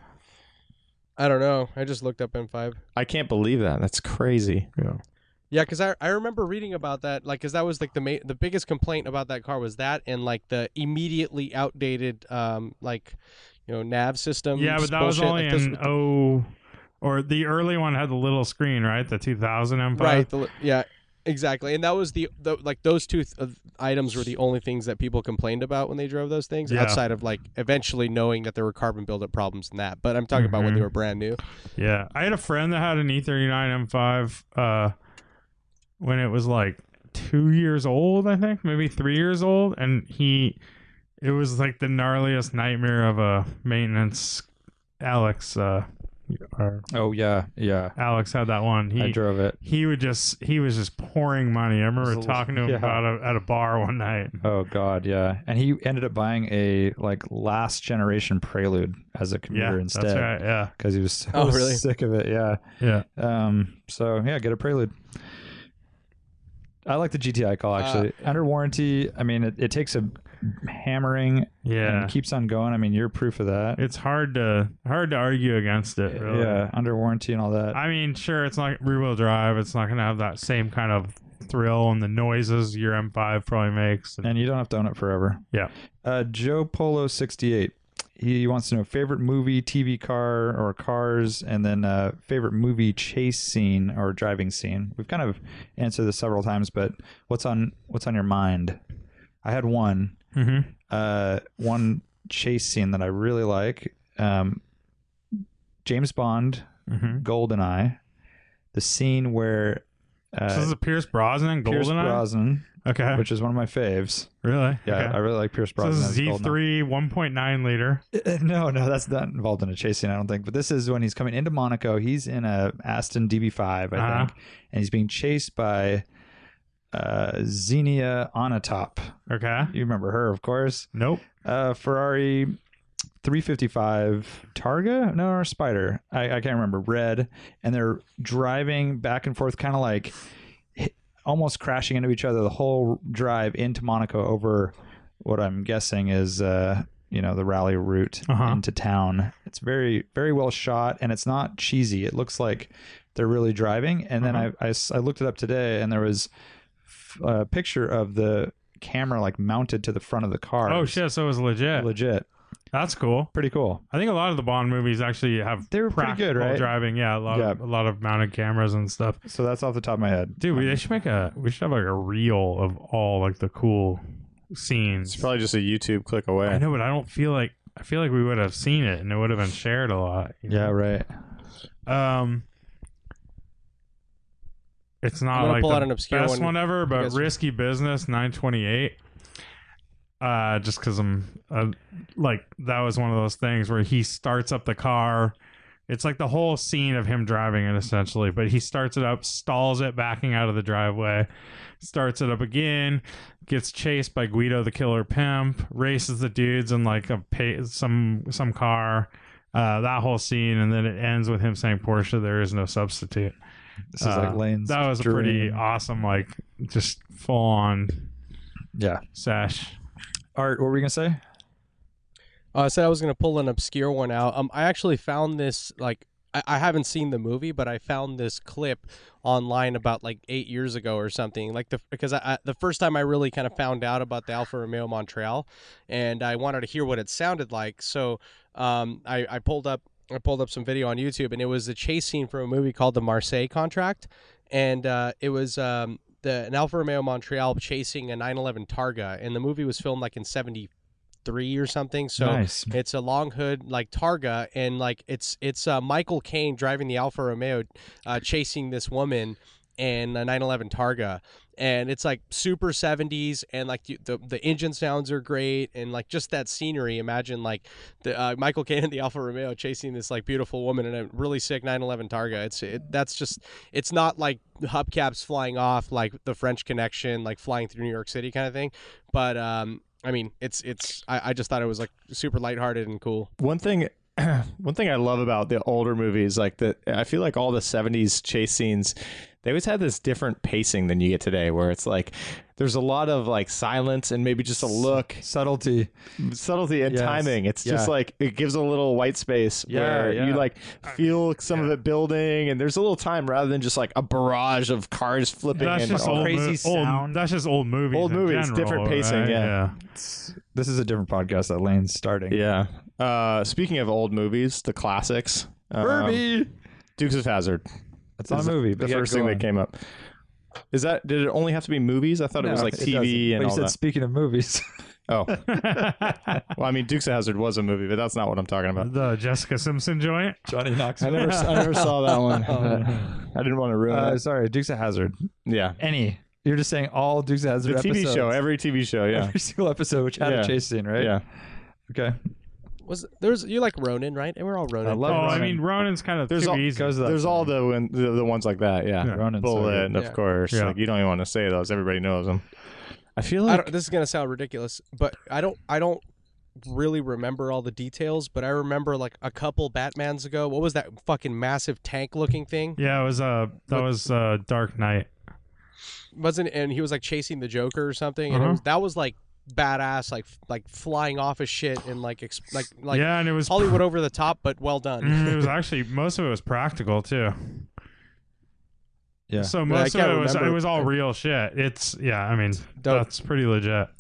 I don't know. I just looked up M5. I can't believe that. That's crazy. Yeah. Yeah, because I, I remember reading about that. Like, because that was like the ma- the biggest complaint about that car was that and like the immediately outdated um like you know nav system. Yeah, but that was Um, bullshit. only Like, those- in oh, or the early one had the little screen, right? The 2000 M5. right. the li- yeah, exactly. And that was the, the like those two th- of- items were the only things that people complained about when they drove those things. Yeah. Outside of like eventually knowing that there were carbon buildup problems and that. But I'm talking about when they Mhm. were brand new. Yeah, I had a friend that had an E E39 M5 uh, when it was like two years old, I think, maybe three years old, and he, it was like the gnarliest nightmare of a maintenance. Alex, uh, or Oh yeah, yeah. Alex had that one. I He drove it. he would just he was just pouring money. I remember Absolutely. talking to him Yeah. about it at a bar one night. Oh god, yeah. And he ended up buying a like last generation Prelude as a commuter Yeah, instead. that's right. Yeah, Because he was so Oh, really? sick of it, yeah. yeah. Um, so yeah, get a Prelude. I like the GTI call actually. Uh, Under warranty, I mean, it, it takes a hammering Yeah, and keeps on going. I mean, you're proof of that. it's hard to hard to argue against it. Really. Yeah, under warranty and all that. I mean, sure, it's not rear wheel drive. It's not going to have that same kind of thrill and the noises your M5 probably makes. and you don't have to own it forever. Yeah. Uh, Joe Polo sixty eight. He wants to know favorite movie, TV car, or cars, and then uh, favorite movie chase scene or driving scene. We've kind of answered this several times, but what's on what's on your mind? I had one Mm-hmm. uh, one chase scene that I really like. Um, James Bond, Mm-hmm. Goldeneye, the scene where so this uh, is Pierce Brosnan, Pierce Goldeneye. Brosnan, okay, which is one of my faves. really? Yeah, I okay. really like Pierce so Brosnan. this is as Goldeneye. Z3 1.9 liter. Uh, No, no, that's not involved in a chase scene, I don't think. But this is when he's coming into Monaco. He's in a Aston DB5, I Uh-huh. think, and he's being chased by uh, Xenia Onatop. Okay. You remember her, of course. Nope. Uh, Ferrari 355 Targa, no, or Spider. I, I can't remember. Red, and they're driving back and forth, kind of like hi- almost crashing into each other the whole drive into Monaco over what I'm guessing is uh, you know the rally route Uh-huh. into town. It's very very well shot, and it's not cheesy. It looks like they're really driving. And Uh-huh. then I, I s- I looked it up today, and there was f- a picture of the camera like mounted to the front of the car. Oh It's shit! So it was legit. legit. That's cool. Pretty cool. I think a lot of the Bond movies actually have They were pretty practical good, right? driving. Yeah, a lot of a lot of mounted cameras and stuff. So that's off the top of my head. Dude, we they should make a we should have like a reel of all like the cool It's scenes. probably just a YouTube click away. I know, but I don't feel like I feel like we would have seen it and it would have been shared a lot. you Yeah, know? right. Um, it's I'm not gonna like pull the out an obscure best one. one, ever, but guys- risky business 928. Uh, just because I'm uh, like that was one of those things where he starts up the car. It's like the whole scene of him driving it essentially, but he starts it up, stalls it, backing out of the driveway, starts it up again, gets chased by Guido the killer pimp, races the dudes in like a pa- some some car, uh, that whole scene, and then it ends with him saying, "Portia, there is no substitute." This is like Uh, Lane's. That was a pretty dream. awesome, like just full on Yeah. sash. Art, what were you gonna say? Uh, I said I was gonna pull an obscure one out. Um, I actually found this like I, I haven't seen the movie, but I found this clip online about like eight years ago or something. Like the because I, I the first time I really kind of found out about the Alfa Romeo Montreal, and I wanted to hear what it sounded like. So um, I I pulled up I pulled up some video on YouTube, and it was a chase scene from a movie called The Marseille Contract, and uh, it was um. The, an Alfa Romeo Montreal chasing a 911 Targa, and the movie was filmed like in '73 or something. So nice. it's a long hood like Targa, and like it's it's uh, Michael Caine driving the Alfa Romeo, uh, chasing this woman in a 911 Targa, and it's like super 70s, and like you, the the engine sounds are great, and like just that scenery. Imagine like the uh, Michael Caine and the Alfa Romeo chasing this like beautiful woman in a really sick 911 Targa. It's it, that's just it's not like hubcaps flying off like the French Connection, like flying through New York City kind of thing, but um. I mean, it's it's. I, I just thought it was like super lighthearted and cool. one thing one thing I love about the older movies, like the I feel like all the seventies chase scenes, they always had this different pacing than you get today, where it's like there's a lot of like silence and maybe just a look, Subtlety. subtlety and Yes. timing. It's just Yeah. like it gives a little white space Yeah, where yeah. you like feel some of it building, and there's a little time rather than just like a barrage of cars flipping That's and just all- old, crazy old- sound. That's just old movies. Old in movies, general, different pacing, right? yeah. It's- This is a different podcast that Lane's starting. yeah. Uh, speaking of old movies, the classics, um, Herbie. Dukes of Hazard. That's not is a movie. the but yeah, first go thing on. that came up. Is that did it only have to be movies? I thought it No, was like doesn't. TV and but you all said that. speaking of movies, Oh, well, I mean, Dukes of Hazard was a movie, but that's not what I'm talking about. the Jessica Simpson joint. Johnny Knoxville. I never, I never saw that one. I didn't want to ruin Uh, it. sorry, Dukes of Hazard. Yeah, Any. You're just saying all Dukes of the Hazard TV episodes. show, every TV show, yeah, Every single episode, which had Yeah. a chase scene, right? yeah. Okay. Was there's you like Ronin, right? And we're all Ronin. I Oh, love I Ronin. mean, Ronan's kind of There's too all- easy. goes to that There's all the, win- the the ones like that, yeah. Yeah. Ronin's so Bullet, good. of Yeah. course. Yeah. Like you don't even want to say those. Everybody knows them. I feel I like don't, this is gonna sound ridiculous, but I don't I don't really remember all the details. But I remember like a couple Batman's ago. What was that fucking massive tank looking thing? yeah, it was uh that What- was uh Dark Knight. Wasn't and he was like chasing the Joker or something. And it Uh-huh. was, that was like badass, like like flying off of shit and like exp, like like yeah, and it was Hollywood over the top, but well done. Mm, it was actually most of it was practical too. Yeah. So Well, I most can't of it was remember- it was all real shit. It's yeah, I mean Dope. that's pretty legit.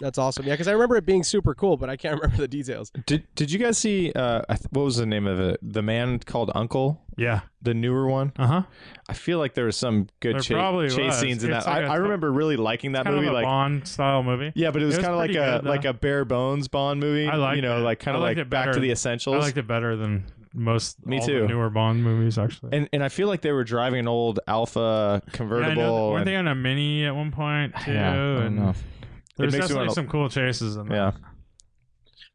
That's awesome. Yeah, because I remember it being super cool, but I can't remember the details. did did you guys see uh I th- what was the name of it? The man called Uncle, Yeah. the newer one. Uh huh. I feel like there was some good There cha- probably chase was. scenes in It's that. I like a- I remember really liking that Kind of movie. a Like, Bond style movie. yeah, but it was, was kind of like pretty a good, though. like a bare bones Bond movie. I liked you know, it. like kind I of liked like it back to better. the I essentials. liked it better than most. Me all too. The newer Bond movies actually. and and I feel like they were driving an old Alpha Yeah, I know that- convertible. weren't and- they on a mini at one point too? Yeah, I don't and know. There's makes you definitely wanna- some cool chases in there. Yeah.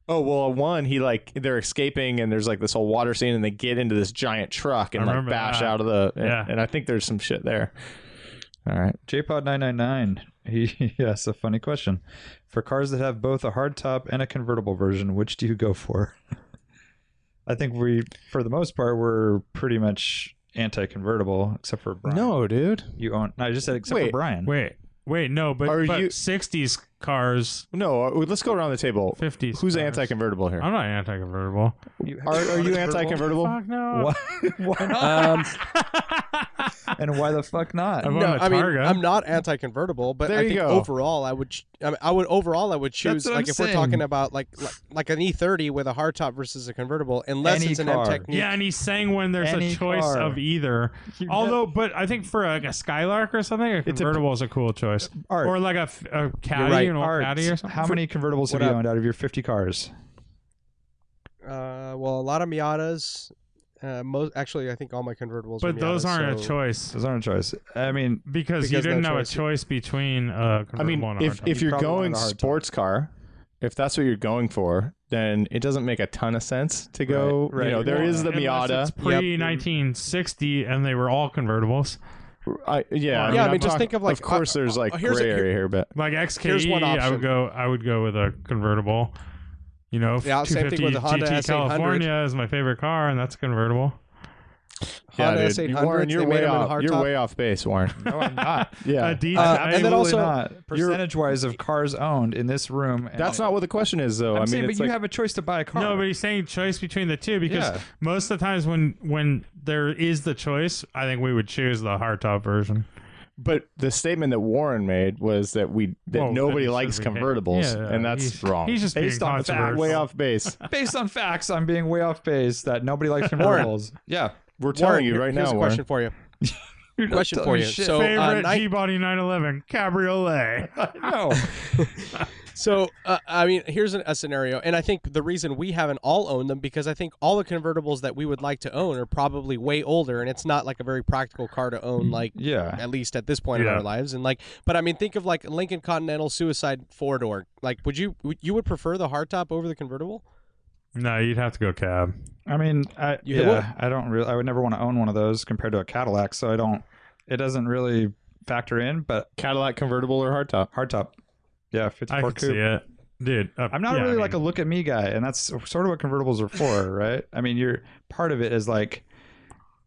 Oh well, one he like they're escaping and there's like this whole water scene and they get into this giant truck and I like remember bash that. out of the and, Yeah. and I think there's some shit there. All right, JPod nine nine nine. He yes, a funny question. For cars that have both a hard top and a convertible version, which do you go for? I think we, for the most part, we're pretty much anti-convertible, except for Brian. dude, you own. No, I just said except Wait. for Brian. Wait, wait, no, but, Are but you- 60s cars, no. uh, Let's go around the table. 50s. Who's cars. anti-convertible here? I'm not anti-convertible. You- Are, are you anti-convertible? Fuck no. Why, why not? and why the fuck not? I've owned No, Um, a I mean Targa. I'm not anti-convertible, but There I you think go. overall I would ch- I, mean, I would overall I would choose what like I'm if we're saying. talking about like, like like an E30 with a hardtop versus a convertible, unless Any it's an car. M Technique. yeah, and he's saying when there's Any a choice car. of either. You Although, but I think for like a Skylark or something, a convertible is a cool choice. Art. Or like a, f- a caddy, right, an old Art, caddy or something. how many convertibles have What you up? owned out of your 50 cars? Uh, well, a lot of Miatas. Uh, most actually, I think all my convertibles. are But those Miatas, aren't so- a choice Those aren't a choice. I mean, because, you Because no didn't have choice. a choice between a convertible I mean, and a if hardtop. You if you're probably going wanted a hard time. sports car, if that's what you're going for, then it doesn't make a ton of sense to go. right. You know, there Well, is the unless Miata. It's pre 1960, and they were all convertibles. I, yeah, Yeah, I I'm mean, just talk- think of, like, Of course, uh, there's like uh, here's a- gray area here, but Like Here's XKE, one I option. would go. I would go with a convertible. You know, Yeah, same thing with the 250 Honda GT S800. California is my favorite car, and that's a convertible. Yeah, Honda dude. S800s, Warren, you're they made way them in off. You're hardtop. way off base, Warren. No, I'm not. Yeah, A D- Uh, I- and then also- Absolutely not. percentage wise of cars owned in this room. and- that's not what the question is, though. I'm I mean, saying, it's but like, you have a choice to buy a car. No, but he's saying choice between the two because Yeah. most of the times when when there is the choice, I think we would choose the hardtop version. but the statement that Warren made was that we that Well, nobody that likes should be- controversial, yeah, yeah, and that's he's- wrong. he's just based being on fact, controversial. way off base. based on facts, I'm being way off base that nobody likes convertibles. yeah. We're telling you here- right here's now, a Warren. question for you. You're not Question telling for me you. shit. So, uh, Favorite nine- G-body 911 cabriolet. no. So, uh, I mean, here's an, a scenario, and I think the reason we haven't all owned them because I think all the convertibles that we would like to own are probably way older, and it's not like a very practical car to own, like Yeah. at least at this point in Yeah. our lives. And like, but I mean, think of like Lincoln Continental Suicide four door. Like, would you would- you would prefer the hardtop over the convertible? no, you'd have to go cab. I mean, I, You would. yeah, I don't really. I would never want to own one of those compared to a Cadillac. So I don't. It doesn't really factor in. But Cadillac convertible or hardtop? hardtop, yeah, I 54 could see coupe. it, dude. uh, I'm not yeah, really I like a mean, look at me guy, and that's sort of what convertibles are for, right? I mean, you're part of it is like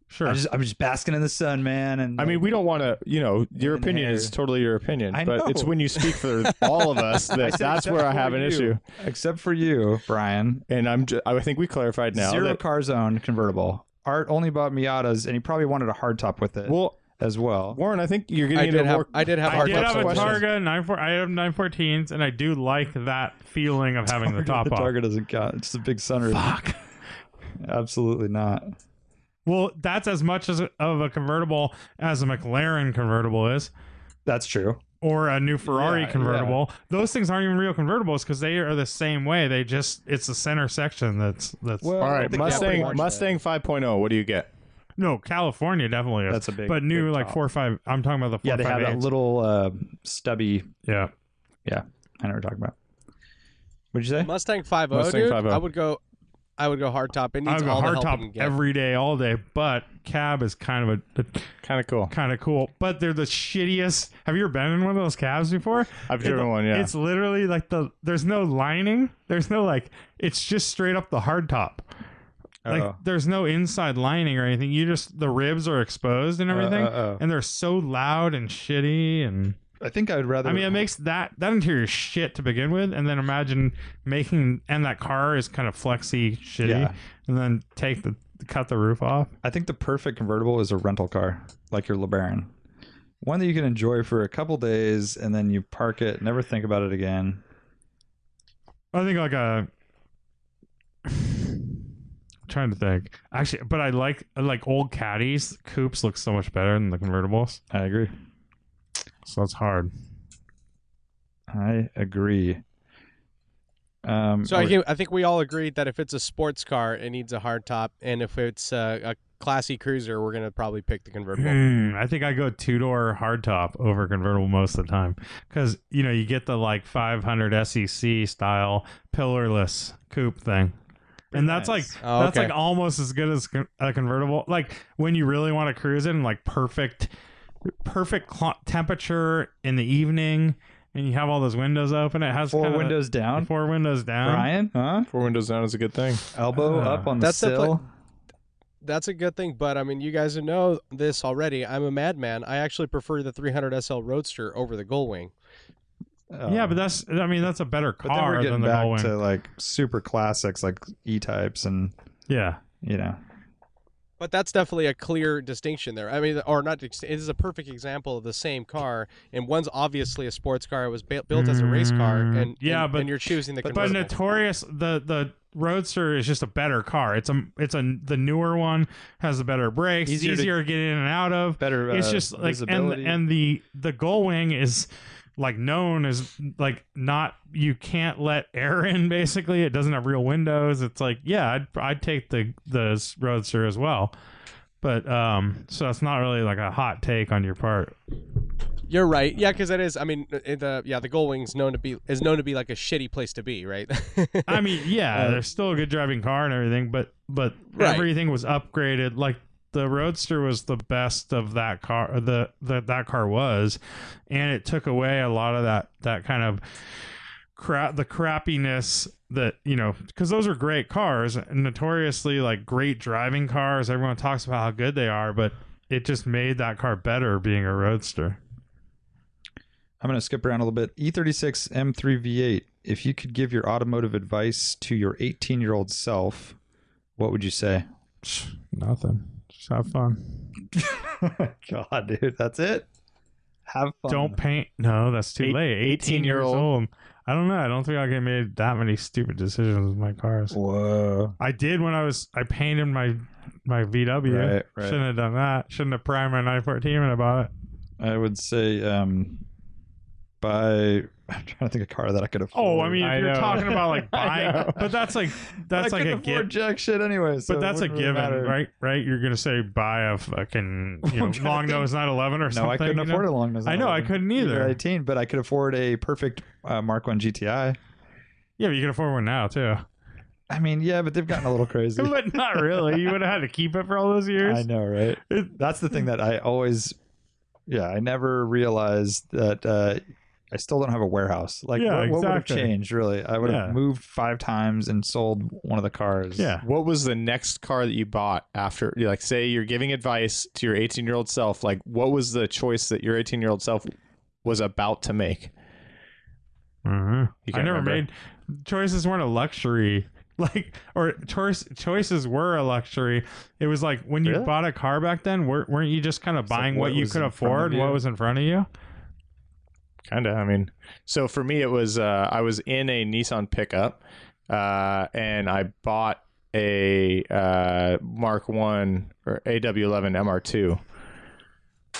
sure. I'm just I'm just basking in the sun, man. And I mean, we don't want to, you know, your In opinion hair. is totally your opinion, I but know. it's when you speak for all of us that that's except where I for have an you. issue. except for you, Brian. And I'm, ju- I think we clarified now. zero that- cars owned convertible. Art only bought Miatas, and he probably wanted a hardtop with it well, as well. Warren, I think you're I getting did into have more. I did have I hardtop. did have a questions. Targa 94. I have 914s, and I do like that feeling of having the top the off. target doesn't count. It's a big sunroof. Fuck. Absolutely not. Well, that's as much as of a convertible as a McLaren convertible is. That's true. or a new Ferrari Yeah, convertible. Those things aren't even real convertibles because they are the same way. They just it's the center section that's that's Well, all I right, don't think that's pretty much Mustang, Mustang 5.0. What do you get? no California definitely is. That's a big- but new big like top. four five. I'm talking about the it. Yeah, four they have five that eight. little uh, stubby. Yeah, I know what we're talking about. What'd you say? Mustang 5.0, Mustang dude. 5.0. I would go. I would go hardtop. It oh. I needs go all the hard help it top can get. every day, all day. But cab is kind of a, Kind of cool. kind of cool. But they're the shittiest. Have you ever been in one of those cabs before? I've It- driven one, yeah. It's literally like the there's no lining. There's no like it's just straight up the hard top. Like Uh-oh. there's no inside lining or anything. You just the ribs are exposed and everything. Uh, uh, uh. And they're so loud and shitty and I think I'd rather. I mean it makes that that interior is shit to begin with and then imagine making and that car is kind of flexy shitty Yeah. and then take the cut the roof off. I think the perfect convertible is a rental car, like your LeBaron. One that you can enjoy for a couple days and then you park it, never think about it again. I think like uh, a. I'm trying to think. Actually, but I like I like old caddies. Coupes look so much better than the convertibles. I agree. So that's hard. I agree. Um, So are I, we- think- I think we all agreed that if it's a sports car, it needs a hard top, and if it's uh, a classy cruiser, we're gonna probably pick the convertible. Hmm, I think I go two door hardtop over convertible most of the time because you know you get the like 500 SEC E style pillarless coupe thing, and that's like nice. Oh, that's okay. like almost as good as con- a convertible. Like when you really want to cruise in, like perfect, perfect cl- temperature in the evening, and you have all those windows open. It has four kinda- windows down. four windows down. Brian, huh? Four windows down is a good thing. Elbow Uh, up on the That's the pla- sill. That's a good thing, but I mean, you guys know this already. I'm a madman. I actually prefer the 300 SL Roadster over the Gullwing. Oh. yeah, but that's I mean that's a better But then we're car getting than the back Gullwing. to like super classics, like E types, and yeah, you know, But that's definitely a clear distinction there. I mean, or not. dist- It is a perfect example of the same car, and one's obviously a sports car. It was bu- built as a race car, Mm, and yeah, and, but- and you're choosing the but convertible. notorious the the Roadster is just a better car. It's a it's a the newer one has the better brakes, easier, Easier to- to get in and out of. better. it's uh, just like and visibility. and the the Gullwing is like known as like not you can't let air in basically. It doesn't have real windows. It's like yeah, I'd I'd take the the Roadster as well. But um, so that's not really like a hot take on your part. You're right. Yeah, because that is. I mean, it, the yeah, the Gullwing's known to be is known to be like a shitty place to be, right? I mean, yeah, Uh, they're still a good driving car and everything, but but Right. everything was upgraded. Like the Roadster was the best of that car. uh, or The that that car was, and it took away a lot of that that kind of crap the crappiness that you know because those are great cars notoriously like great driving cars everyone talks about how good they are but it just made that car better being a roadster I'm going to skip around a little bit. E E36 M3 V8. If you could give your automotive advice to your 18 year old self, what would you say? nothing just have fun God, dude, that's it. Have fun. don't paint no that's too Eight- late 18, 18 years year old. old i don't know i don't think i can made that many stupid decisions with my cars Whoa. i did when i was i painted my my vw Right, right. shouldn't have done that shouldn't have primed my 914 when i bought it I would say, um, buy. I'm trying to think of a car that I could afford. Oh, I mean, if I you're know. talking about like I buying, know. but that's like I that's like couldn't a afford given. jack shit anyway. So but that's a it wouldn't really given, matter. right? Right? You're gonna say buy a fucking you know, I'm trying to long think. nose 911 or No, something. I couldn't you know? afford a long nose. I know, I couldn't either. 18, but I could afford a perfect uh, Mark One GTI. Yeah, but you can afford one now too. I mean, yeah, but they've gotten a little crazy. but not really. You would have had to keep it for all those years. I know, right? It- That's the thing that I always, yeah, I never realized that uh, I still don't have a warehouse. Like, Yeah, what, what would have exactly. changed, really? I would have Yeah. moved five times and sold one of the cars. Yeah. What was the next car that you bought after? Like, say you're giving advice to your 18 year old self. Like, what was the choice that your 18 year old self was about to make? Uh-huh. I You can't never remember. made choices weren't a luxury. Like or choice, choices were a luxury. It was like when you Really? bought a car back then, weren't, weren't you just kind of like buying what what you was could in front of afford, what you. was in front of you? Kinda. I mean, so for me, it was uh, I was in a Nissan pickup, uh, and I bought a uh, Mark One or AW11 MR2. Uh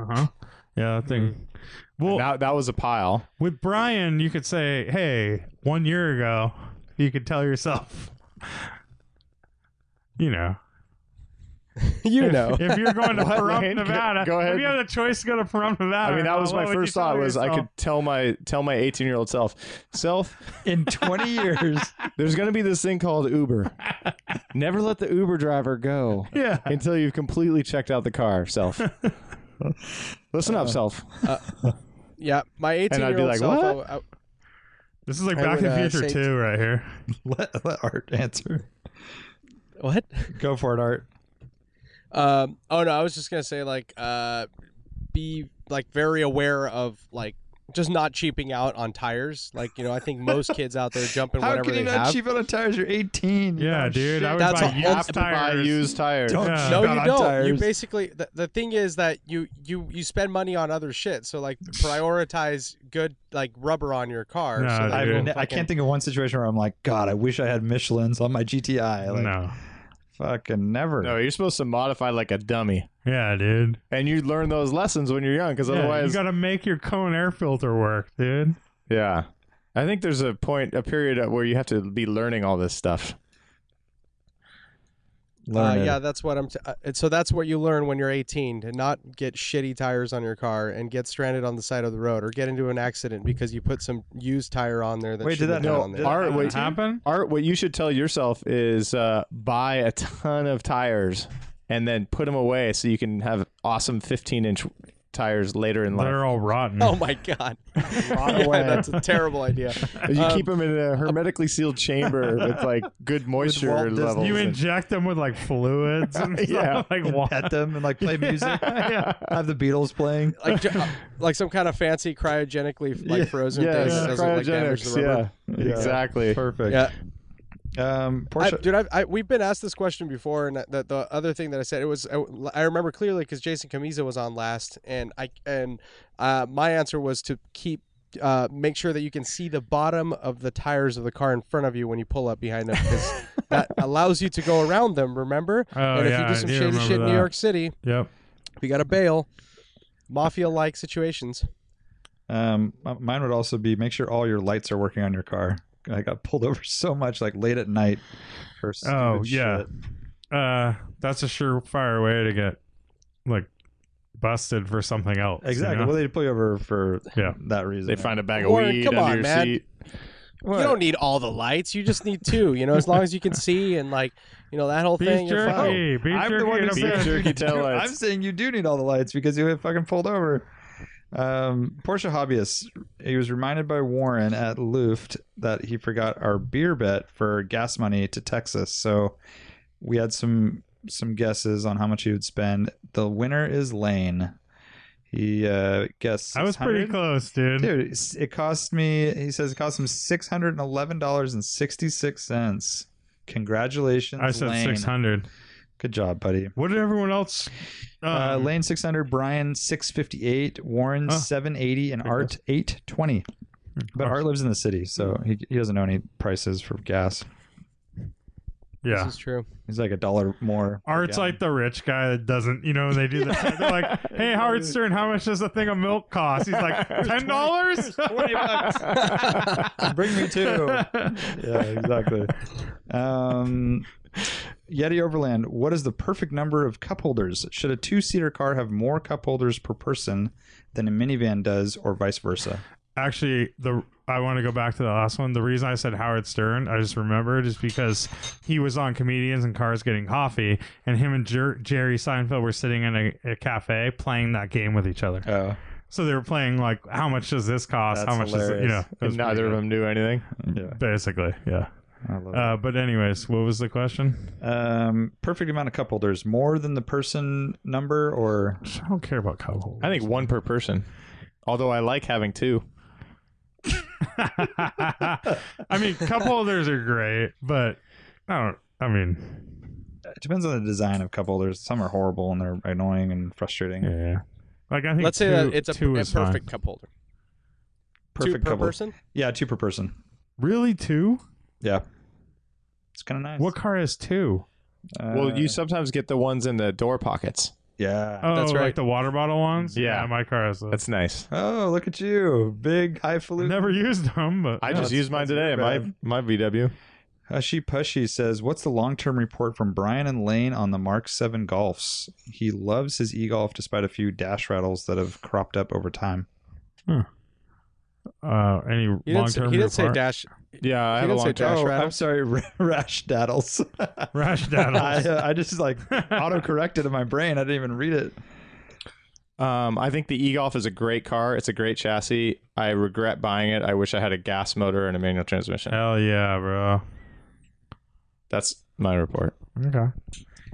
Uh-huh. huh. Yeah, that thing. Hmm. Well, That that was a pile. With Brian, you could say, "Hey, one year ago, you could tell yourself." You know, you know. if you're going to What, Pahrump, Wayne? Go- Nevada, go ahead. if you had a choice to go to Pahrump, Nevada, I mean, that or was not, my what would you first tell thought was I yourself? could tell my tell my 18 year old self self In 20 years, There's going to be this thing called Uber. Never let the Uber driver go Yeah, until you've completely checked out the car, self. Listen Uh, up, self. Yeah, my 18 I'd year be old like, self. I- "What?" I- this is like I Back to would, the uh, Future say- too, right here. let, let Art answer. what? Go for it, Art. Um, oh no, I was just gonna say like uh, be like very aware of like just not cheaping out on tires. Like you know, I think most kids out there jump in How whatever can you they not have. cheap out on tires? You're 18. you Yeah, know, dude, I shit. Mm-hmm. Oh, would That's buy a whole- Yap to Buy tires. used tires. Don't Yeah. cheap no, out you on don't. You tires. basically the, the thing is that you you you spend money on other shit. So like prioritize good like rubber on your car. Nah, so that I've dude. you ne- don't I fucking- can't think of one situation where I'm like, God, I wish I had Michelin's on my GTI. Like, no, fucking never. uh, No, you're supposed to modify like a dummy. yeah, dude. And you learn those lessons when you're young because Yeah, you otherwise, got to make your cone air filter work, dude. yeah. I think there's a point, a period at where you have to be learning all this stuff. Learn uh, it. yeah, that's what I'm. T- uh, and so that's what you learn when you're 18 to not get shitty tires on your car and get stranded on the side of the road or get into an accident because you put some used tire on there. That Wait, did shouldn't that- have been no, on there. did that- Art, wait, happen? Art, what you should tell yourself is uh, buy a ton of tires and then put them away so you can have awesome 15 inch tires later in life. They're all rotten. Oh my god! Yeah, that's a terrible idea. You Um, keep them in a hermetically sealed chamber with like good Walt moisture Disney. levels. You and- inject them with like fluids and Yeah. stuff, like And water. pet them and like play music. yeah. Have the Beatles playing. Like, ju- uh, like some kind of fancy cryogenically like frozen yeah, thing that doesn't like damage cryogenics. the rubber. yeah, exactly. Perfect. Yeah, Um, I, Porsche. dude, I've, I, we've been asked this question before, and the, the other thing that I said it was I, I remember clearly because Jason Camiza was on last, and I and uh, my answer was to keep uh, make sure that you can see the bottom of the tires of the car in front of you when you pull up behind them because that allows you to go around them. Remember, Oh and if yeah, you do some I do shady remember shit in that. New York City, Yep. we got to bail. Mafia-like situations. um, m- mine would also be make sure all your lights are working on your car. I got pulled over so much, like late at night. For stupid Oh, yeah. shit. Uh, that's a surefire way to get like busted for something else. you Exactly. know? Well, they pull you over for Yeah. that reason. They find a bag of Warren, weed come under on, your man. seat. You don't need all the lights. You just need two. You know, as long as you can see and like, you know, that whole thing. beef You're fine. jerky. Beef oh, I'm jerky. the one and who a said beef jerky you do- taillights. I'm saying you do need all the lights because you have fucking pulled over. Um, Porsche hobbyist. He was reminded by Warren at Luft that he forgot our beer bet for gas money to Texas. So we had some some guesses on how much he would spend. The winner is Lane. He uh, guessed. I was pretty 600. close, dude. Dude, it's- it cost me. He says it cost him six hundred and eleven dollars and sixty six cents. Congratulations, I said Lane. 600. Good job, buddy. What did everyone else? Uh, um, Lane six hundred, Brian six fifty eight, Warren Huh. seven eighty, and Pretty Art eight twenty. But Art lives in the city, so he, he doesn't know any prices for gas. yeah. This is true. He's like a dollar more. per Art's gallon. like the rich guy that doesn't, you know, when they do that. They're like, hey, Howard Stern, how much does a thing of milk cost? He's like, $10? Ah, bring me two. yeah, exactly. Um, Yeti Overland. What is the perfect number of cup holders? Should a two seater car have more cup holders per person than a minivan does, or vice versa? Actually, the I want to go back to the last one. The reason I said Howard Stern, I just remembered, is because he was on Comedians and Cars Getting Coffee, and him and Jer- Jerry Seinfeld were sitting in a, a cafe playing that game with each other. Oh, So they were playing, like, how much does this cost? That's how much does it, you hilarious. know? it was And neither of pretty them knew anything. yeah. good. Basically, yeah. I love Uh, but, anyways, what was the question? it. Um, perfect amount of cup holders, more than the person number, or I don't care about cup holders. I think one per person. Although I like having two. I mean, cup holders are great, but I don't. I mean, it depends on the design of cup holders. Some are horrible and they're annoying and frustrating. yeah. Like I think Let's two, say that it's a, two a is fine. perfect cup holder. Perfect Two per cup hol- person. Yeah, two per person. Really, two? Yeah, it's kind of nice. What car is two? Uh, well, you sometimes get the ones in the door pockets. yeah. Oh, That's like right. the water bottle ones. Yeah. my car has those. That's nice. Oh, look at you, big highfalutin. Never used them, but I No, just it's- used mine it's today at not my my VW. Hushy Pushy says, "What's the long-term report from Brian and Lane on the Mark Seven Golfs? He loves his e-golf despite a few dash rattles that have cropped up over time. uh, any He long didn't, say, term. he didn't say dash. Yeah, I He have a didn't say long dash oh, I'm rattles. sorry, rash daddles. Rash I, daddles. uh, I just like auto-corrected in my brain. I didn't even read it. Um, I think the e-golf is a great car. It's a great chassis. I regret buying it. I wish I had a gas motor and a manual transmission. Hell yeah, bro. That's my report. Okay.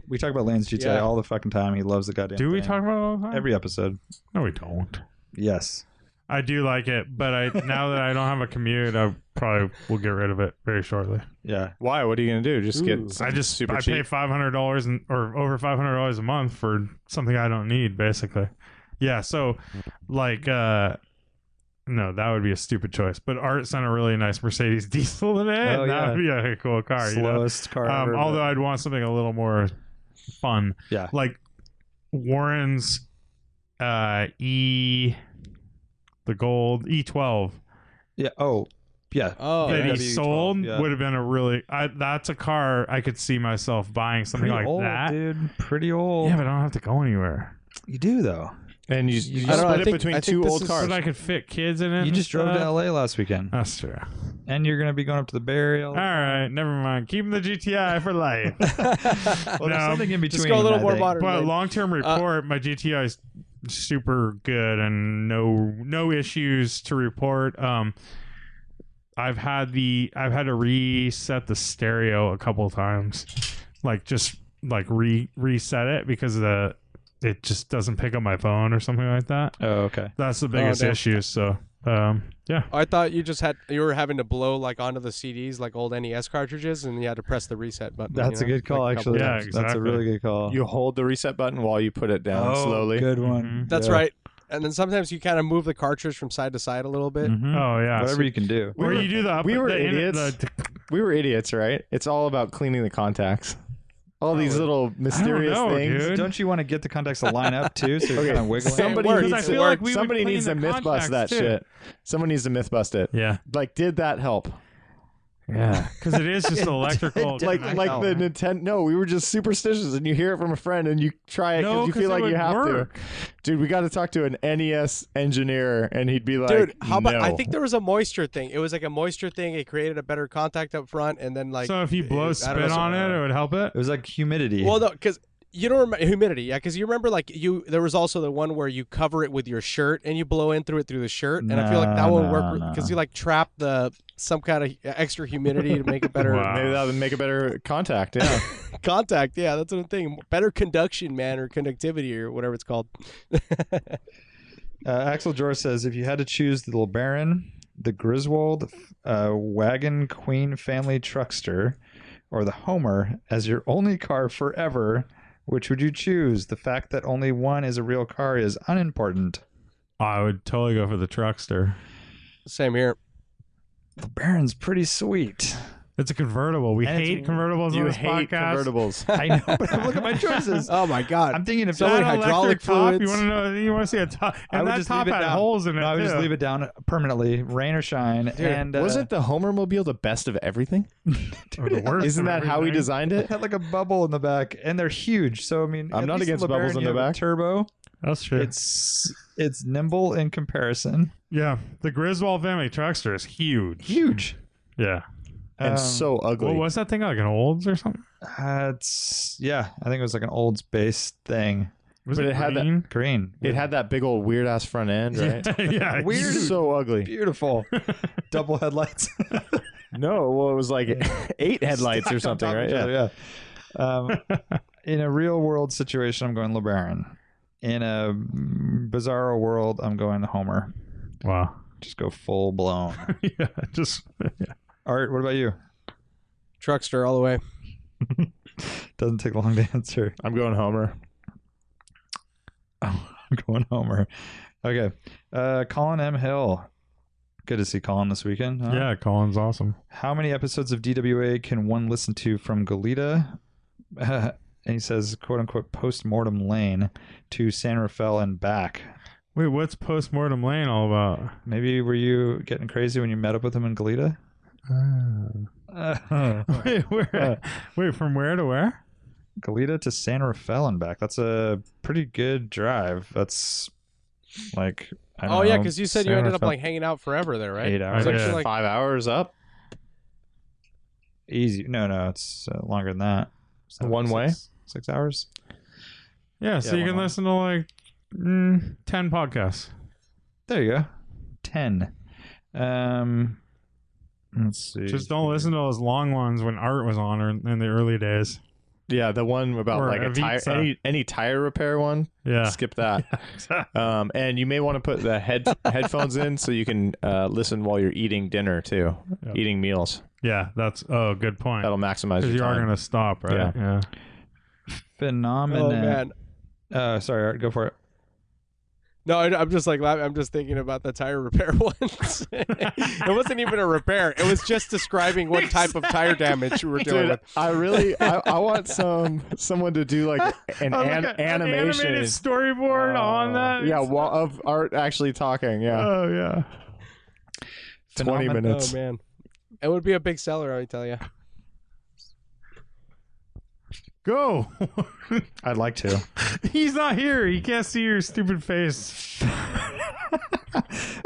We talk about Lane's GTI Yeah. all the fucking time. He loves the goddamn. Do we thing. talk about it all the time? every episode? no, we don't. Yes. I do like it, but I now that I don't have a commute, I probably will get rid of it very shortly. Yeah. Why? What are you gonna do? Just Ooh. get something I just super I cheap. pay five hundred dollars and or over five hundred dollars a month for something I don't need, basically. Yeah, so like uh no, that would be a stupid choice. But Art sent a really nice Mercedes diesel today. Oh, and that yeah. would be a cool car, you know? Slowest car. ever, Um, but- although I'd want something a little more fun. Yeah. Like Warren's uh E the gold E twelve yeah. Oh, yeah. Oh, that yeah. he W12, sold yeah. would have been a really I, that's a car I could see myself buying something Pretty like old, that. dude. Pretty old. Yeah, but I don't have to go anywhere. you do though. and you, you I don't split know, I it think- between I think two this old is- cars. But I could fit kids in it. You and just drove to stuff. LA last weekend, That's true. and you're gonna be going up to the burial. uh, All right, never mind. Keeping the GTI for life. Well, there's No, something in between. Just go a little I more think. modern. but Lane. long term uh, report, my GTI is super good and no no issues to report. Um, I've had the I've had to reset the stereo a couple times, like just like re reset it because the it just doesn't pick up my phone or something like that. Oh, okay. That's the biggest damn. issue. So um, yeah. I thought you just had you were having to blow like onto the CDs like old NES cartridges, and you had to press the reset button. That's you a know? good call, Like a couple- actually. Yeah, That's- That's a really good call. you hold the reset button while you put it down Oh, slowly. Good mm-hmm. one. That's Yeah. right. And then sometimes you kind of move the cartridge from side to side a little bit. Mhm. Oh yeah. Whatever you can do. or you do the we were the inter- idiots. the- We were idiots, right? It's all about cleaning the contacts. All these little mysterious Oh, know, things. dude. Don't you want to get the contacts to line up too? So you're kind of wiggling. Somebody works. needs I to, feel like we would somebody clean needs the to myth bust contacts, that too. shit. Someone needs to myth bust it. yeah. Like, did that help? Yeah, because it is just electrical. like, connection. like help. the Nintendo. No, we were just superstitious, and you hear it from a friend, and you try it because No, you 'cause feel it like you would have work. to. Dude, we got to talk to an NES engineer, and he'd be like, Dude, how about no. I think there was a moisture thing. It was like a moisture thing. It created a better contact up front, and then like so if you blow I don't spit know, on it, it would help it. It was like humidity. Well, no, because you don't remember humidity, yeah, because you remember like you there was also the one where you cover it with your shirt and you blow in through it through the shirt, and I feel like that No, would no, work no. because you like trap the some kind of extra humidity to make it better Wow. Maybe that would make a better contact. Yeah. contact. Yeah, that's what I'm thinking. Better conduction, man, or conductivity or whatever it's called. Uh, Axel Jor says, if you had to choose the LeBaron, the Griswold, uh, wagon queen family truckster, or the Homer as your only car forever, which would you choose? The fact that only one is a real car is unimportant. I would totally go for the truckster. Same here. LeBaron's pretty sweet. It's a convertible. We And it's- hate convertibles you on this hate podcast. convertibles. I know, but look at my choices. Oh my god. I'm thinking if So many That hydraulic electric top, fluids. You want to know? You want to see a top? I And would that just top leave it had down. holes in it. No, I would just too. leave it down permanently, rain or shine. and uh, Wasn't the Homer mobile the best of everything? Or the worst Isn't of that how he everything. designed it? had like a bubble in the back, and they're huge. So I mean, I'm at not least against LeBaron, bubbles in you the have a back. Turbo. That's true. It's it's nimble in comparison. yeah, the Griswold family truckster is huge. Huge. Yeah. And Um, so ugly. What was that thing like an Olds or something? uh, it's yeah. I think it was like an old space thing. Was But it had that- green? Green. it had that big old weird ass front end, right? yeah. Weird. huge. So ugly. Beautiful. Double headlights. No, well, it was like eight headlights or something, right? Yeah. Yeah. yeah. Um, in a real world situation, I'm going LeBaron. In a bizarro world, I'm going Homer. Wow. Just go full blown. yeah. Just Art, what about you? Truckster all the way. Doesn't take long to answer. I'm going Homer. Oh, I'm going Homer. Okay. Uh, Colin M. Hill. Good to see Colin this weekend. huh? yeah. Colin's awesome. How many episodes of DWA can one listen to from Galita? and he says, quote unquote, post mortem lane to San Rafael and back. Wait, what's postmortem lane all about? Maybe were you getting crazy when you met up with him in Galita? Uh, wait, where? wait, from where to where? Galita to San Rafael and back. That's a pretty good drive. That's like, I don't Oh yeah, know, because you said you San ended up Rafael- like hanging out forever there, right? eight I hours. It's did. actually, like- Five hours up. easy. No, no, it's uh, longer than that. Seven, One way? six- six hours. Yeah. So Yeah, you can one- listen to like mm, ten podcasts. There you go, ten. Um, let's see. Just don't listen to those long ones when Art was on or in the early days. Yeah, the one about Or like a tire, Avitsa. any any tire repair one. Yeah. Skip that. Um, and you may want to put the head headphones in so you can uh, listen while you're eating dinner too, Yeah. eating meals. yeah. That's oh, good point. That'll maximize Because your you are time. gonna stop, right? Yeah. Oh Phenomenon. man. uh, sorry, Art, go for it. No, I- I'm just like laugh- I'm just thinking about the tire repair ones. it wasn't even a repair. It was just describing what type of tire damage we were dealing Dude, with. I really, I, I want some someone to do like an, Oh, like an- a- an animation. Oh, animated storyboard on that. yeah, while, of art actually talking. Yeah, Oh yeah. 20 Phenomenon- minutes. Oh man. It would be a big seller, I tell you. Go. I'd like to. He's not here. He can't see your stupid face.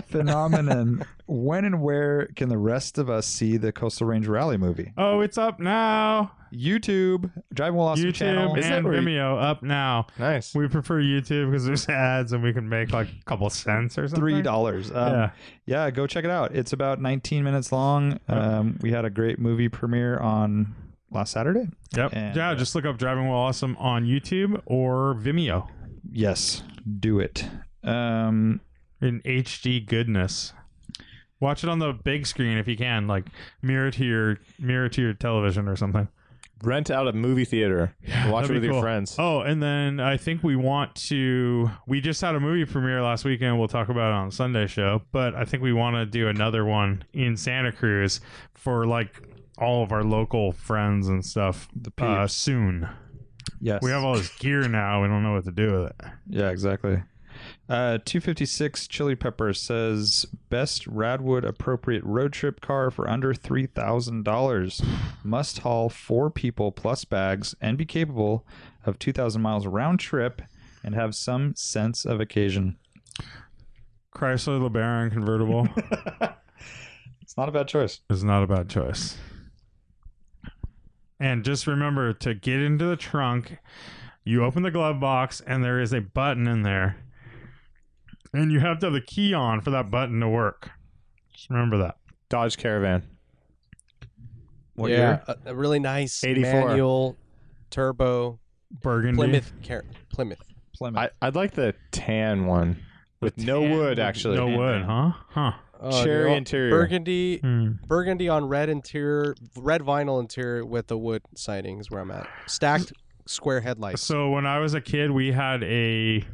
Phenomenon. when and where can the rest of us see the Coastal Range Rally movie? Oh, it's up now. YouTube, Driving While Awesome YouTube channel. Is and it where you- Vimeo up now. Nice. We prefer YouTube because there's ads and we can make like a couple cents or something. Three dollars. Um, yeah. yeah go check it out it's about 19 minutes long um, we had a great movie premiere on last saturday Yep. and, yeah. uh, just look up Driving Well Awesome on YouTube or Vimeo yes do it um, in HD goodness. Watch it on the big screen if you can, like mirror to your mirror to your television or something. Rent out a movie theater. Watch it That'd with be your cool. friends. Oh, and then I think we want to. We just had a movie premiere last weekend. We'll talk about it on Sunday show. But I think we want to do another one in Santa Cruz for like all of our local friends and stuff the peeps. uh, soon. yes We have all this gear now. We don't know what to do with it. yeah exactly uh, 256 chili pepper says best radwood appropriate road trip car for under $3000 must haul four people plus bags and be capable of 2000 miles round trip and have some sense of occasion Chrysler LeBaron convertible it's not a bad choice is not a bad choice. And just remember to get into the trunk You open the glove box, and there is a button in there, and you have to have the key on for that button to work. Just remember that. Dodge Caravan. What yeah, year? A, a really nice 84. manual turbo Burgundy. Plymouth car- Plymouth. Plymouth. I, I'd like the tan one with no tan wood, with actually. No wood, huh? Huh. Oh, Cherry dude, interior. Burgundy, Hmm. burgundy on red interior, red vinyl interior with the wood siding is where I'm at. Stacked square headlights. So when I was a kid, we had a in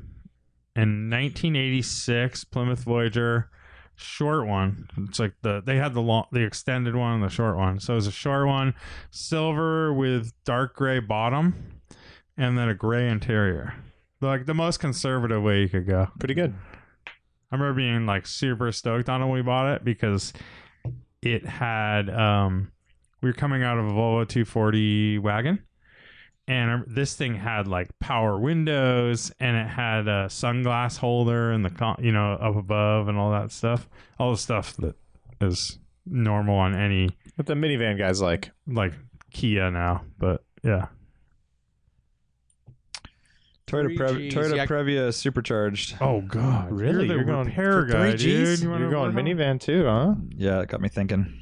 1986 Plymouth Voyager short one. It's like the they had the long, the extended one and the short one. So it was a short one, silver with dark gray bottom, and then a gray interior. Like the most conservative way you could go. Pretty good. I remember being like super stoked on it when we bought it because it had um we were coming out of a Volvo 240 wagon and I- this thing had like power windows and it had a sunglass holder and the con- you know up above and all that stuff all the stuff that is normal on any What the minivan guys like. like Kia now but yeah Toyota, Pre- Three Gs, Toyota yeah. Previa supercharged. oh god Really? you're, the You're going repair for guy three Gs? dude You wanna You're going work on- minivan too, huh? Yeah, it got me thinking.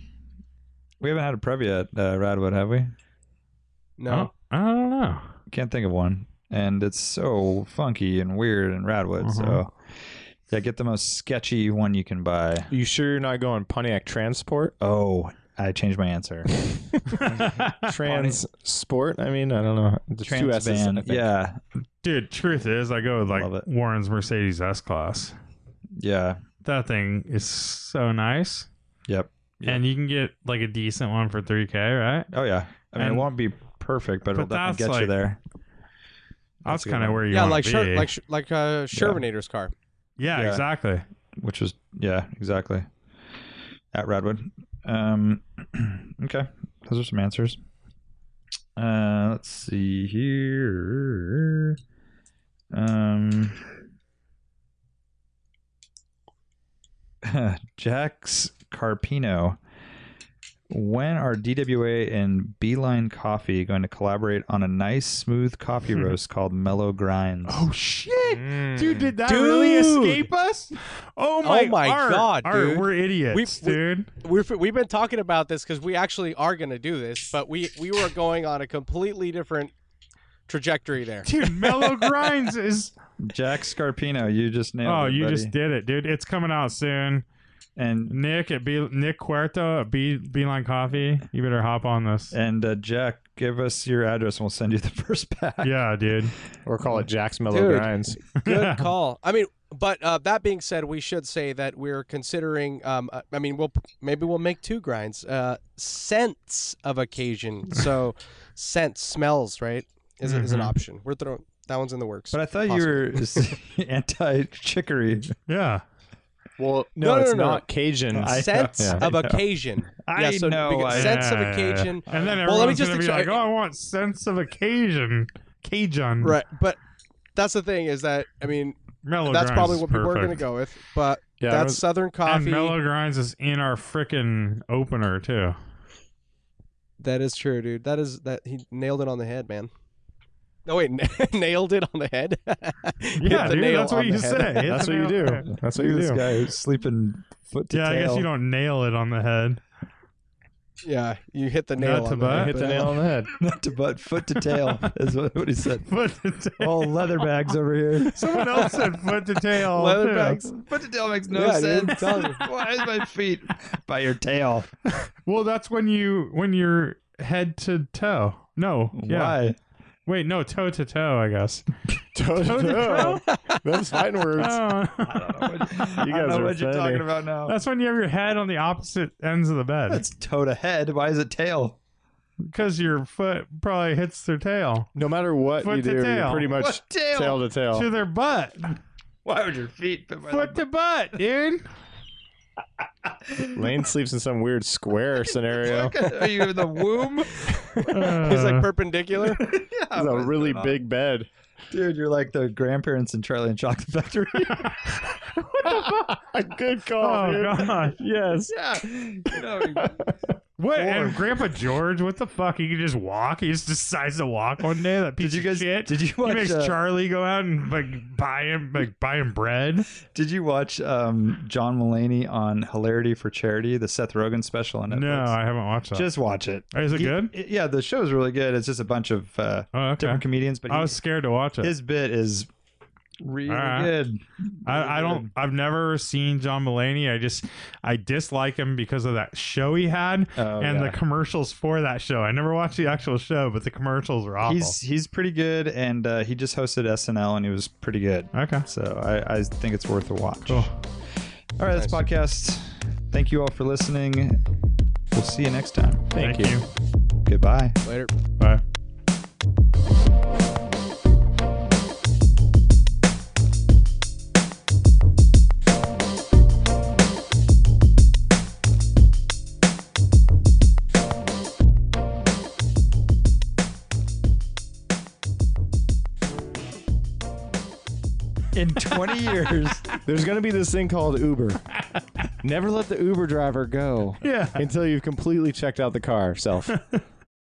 We haven't had a Previa at uh, Radwood, have we? no, I don't know Can't think of one. And it's so funky and weird and Radwood. Uh-huh. So, yeah, get the most sketchy one you can buy. You sure you're not going Pontiac Transport? Oh, I changed my answer. Transport? I mean, I don't know. There's two S's, Transvan. I think. Yeah, Dude, truth is, I go with Love like it. Warren's Mercedes S Class. yeah, That thing is so nice, yep. Yeah. and you can get like a decent one for three k, right? Oh yeah. I mean, And- it won't be perfect, but, it'll But definitely that's get you like- there. That's a good kind of one. where you yeah, want like to Sher- be. like Sh- like uh, Shervinator's car. yeah, yeah. exactly. which was yeah, exactly. At Radwood. Um, okay, those are some answers. Uh, let's see here. Um, Jax Carpino. When are DWA and Beeline Coffee going to collaborate on a nice, smooth Hmm. coffee roast called Mellow Grinds? Oh. shit, Mm. did that really escape us? Oh my- my, Art, Art, we're idiots, We- we- dude. We've we've been talking about this because we actually are going to do this, but we we were going on a completely different trajectory there. Dude, Mellow Grinds is. Jack Scarpino, you just nailed Oh, it, you buddy. just did it, dude. It's coming out soon. and Nick at B- Nick Cuerto at B- Beeline Coffee. You better hop on this. And uh, Jack, give us your address and we'll send you the first pack. Yeah, dude. Or call it Jack's Mellow Dude. Grinds. Good call. I mean, but uh, that being said, we should say that we're considering. Um, uh, I mean, we'll maybe we'll make two grinds. Uh, scents of occasion. So, scent smells right is is an Mhm. option. We're throwing that one's in the works. Mm-hmm. But I thought you were anti chicory. Yeah. Well, No, no, no, it's no, no. not Cajun. sense Yeah. of I know. occasion. I yeah, so know, beca- I- sense of Yeah. occasion. And then everyone's Well, let me just gonna be explain- like, "Oh, I want sense of occasion, Cajun, Right, but that's the thing is that I mean Mellow that's Grinds probably is what people are going to perfect. go with. But Yeah, that's I was- Southern And coffee. Mellow Grinds is in our frickin' opener too. That is true, dude. That is that he nailed it on the head, man. No wait, nailed it on the head. Yeah, dude, that's what you say. Hit That's the what you nail- do. That's what you This do. guy who's sleeping foot to Yeah, I tail. guess you don't nail it on the head. Yeah, you hit the nail Not to on the butt. head. Hit the but- uh, nail on the head. Not to butt, foot to tail is what, what he said. Foot to Oh. tail. All leather bags over here. Someone else said foot to tail. Leather too. bags. Foot to tail makes no Yeah, dude, I'm sense. telling you. Why is my feet by your tail? Well, that's when you when you're head to toe. No, yeah. Why? Wait, no, toe to toe. I guess. Toe to toe. Those fighting words. Oh. You I don't guys know are what you're funny. talking about now. that's when you have your head on the opposite ends of the bed That's toe to head. Why is it tail? because your foot probably hits their tail No matter what Foot you to do, tail. you're pretty much What tail? tail to to Oh. tail. their butt. Why would your feet? be by the- Foot to butt, dude. Lane sleeps in some weird square scenario. Are you in the womb? He's like perpendicular. yeah, It's a really big. big bed. Dude, you're like the grandparents in Charlie and Chocolate Factory. Good Oh call. dude. gosh. Yes. Yeah. You know, What? And Grandpa George, what the fuck? He can just walk. He just decides to walk one day. That piece did you of guys? shit. Did you he watch? makes uh, Charlie go out and like buy him like buy him bread. did you watch um, John Mulaney on Hilarity for Charity, the Seth Rogen special on Netflix? No, I haven't watched that. just watch it. Is it He- good? it- yeah, the show is really good. It's just a bunch of uh, Oh, okay. different comedians, but I he- was scared to watch it. his bit is really Alright. good. Really I, I good. don't. I've never seen John Mulaney. I just I dislike him because of that show he had Oh, and yeah. the commercials for that show. I never watched the actual show, but the commercials were awful. he's he's pretty good, and uh, he just hosted SNL, and he was pretty good. Okay. So I, I think it's worth a watch. Cool. All right, this podcast. Thank you all for listening. We'll see you next time. Thank, you. Goodbye. Later. Bye. In 20 years. There's going to be this thing called Uber. Never let the Uber driver go Yeah. until you've completely checked out the car yourself.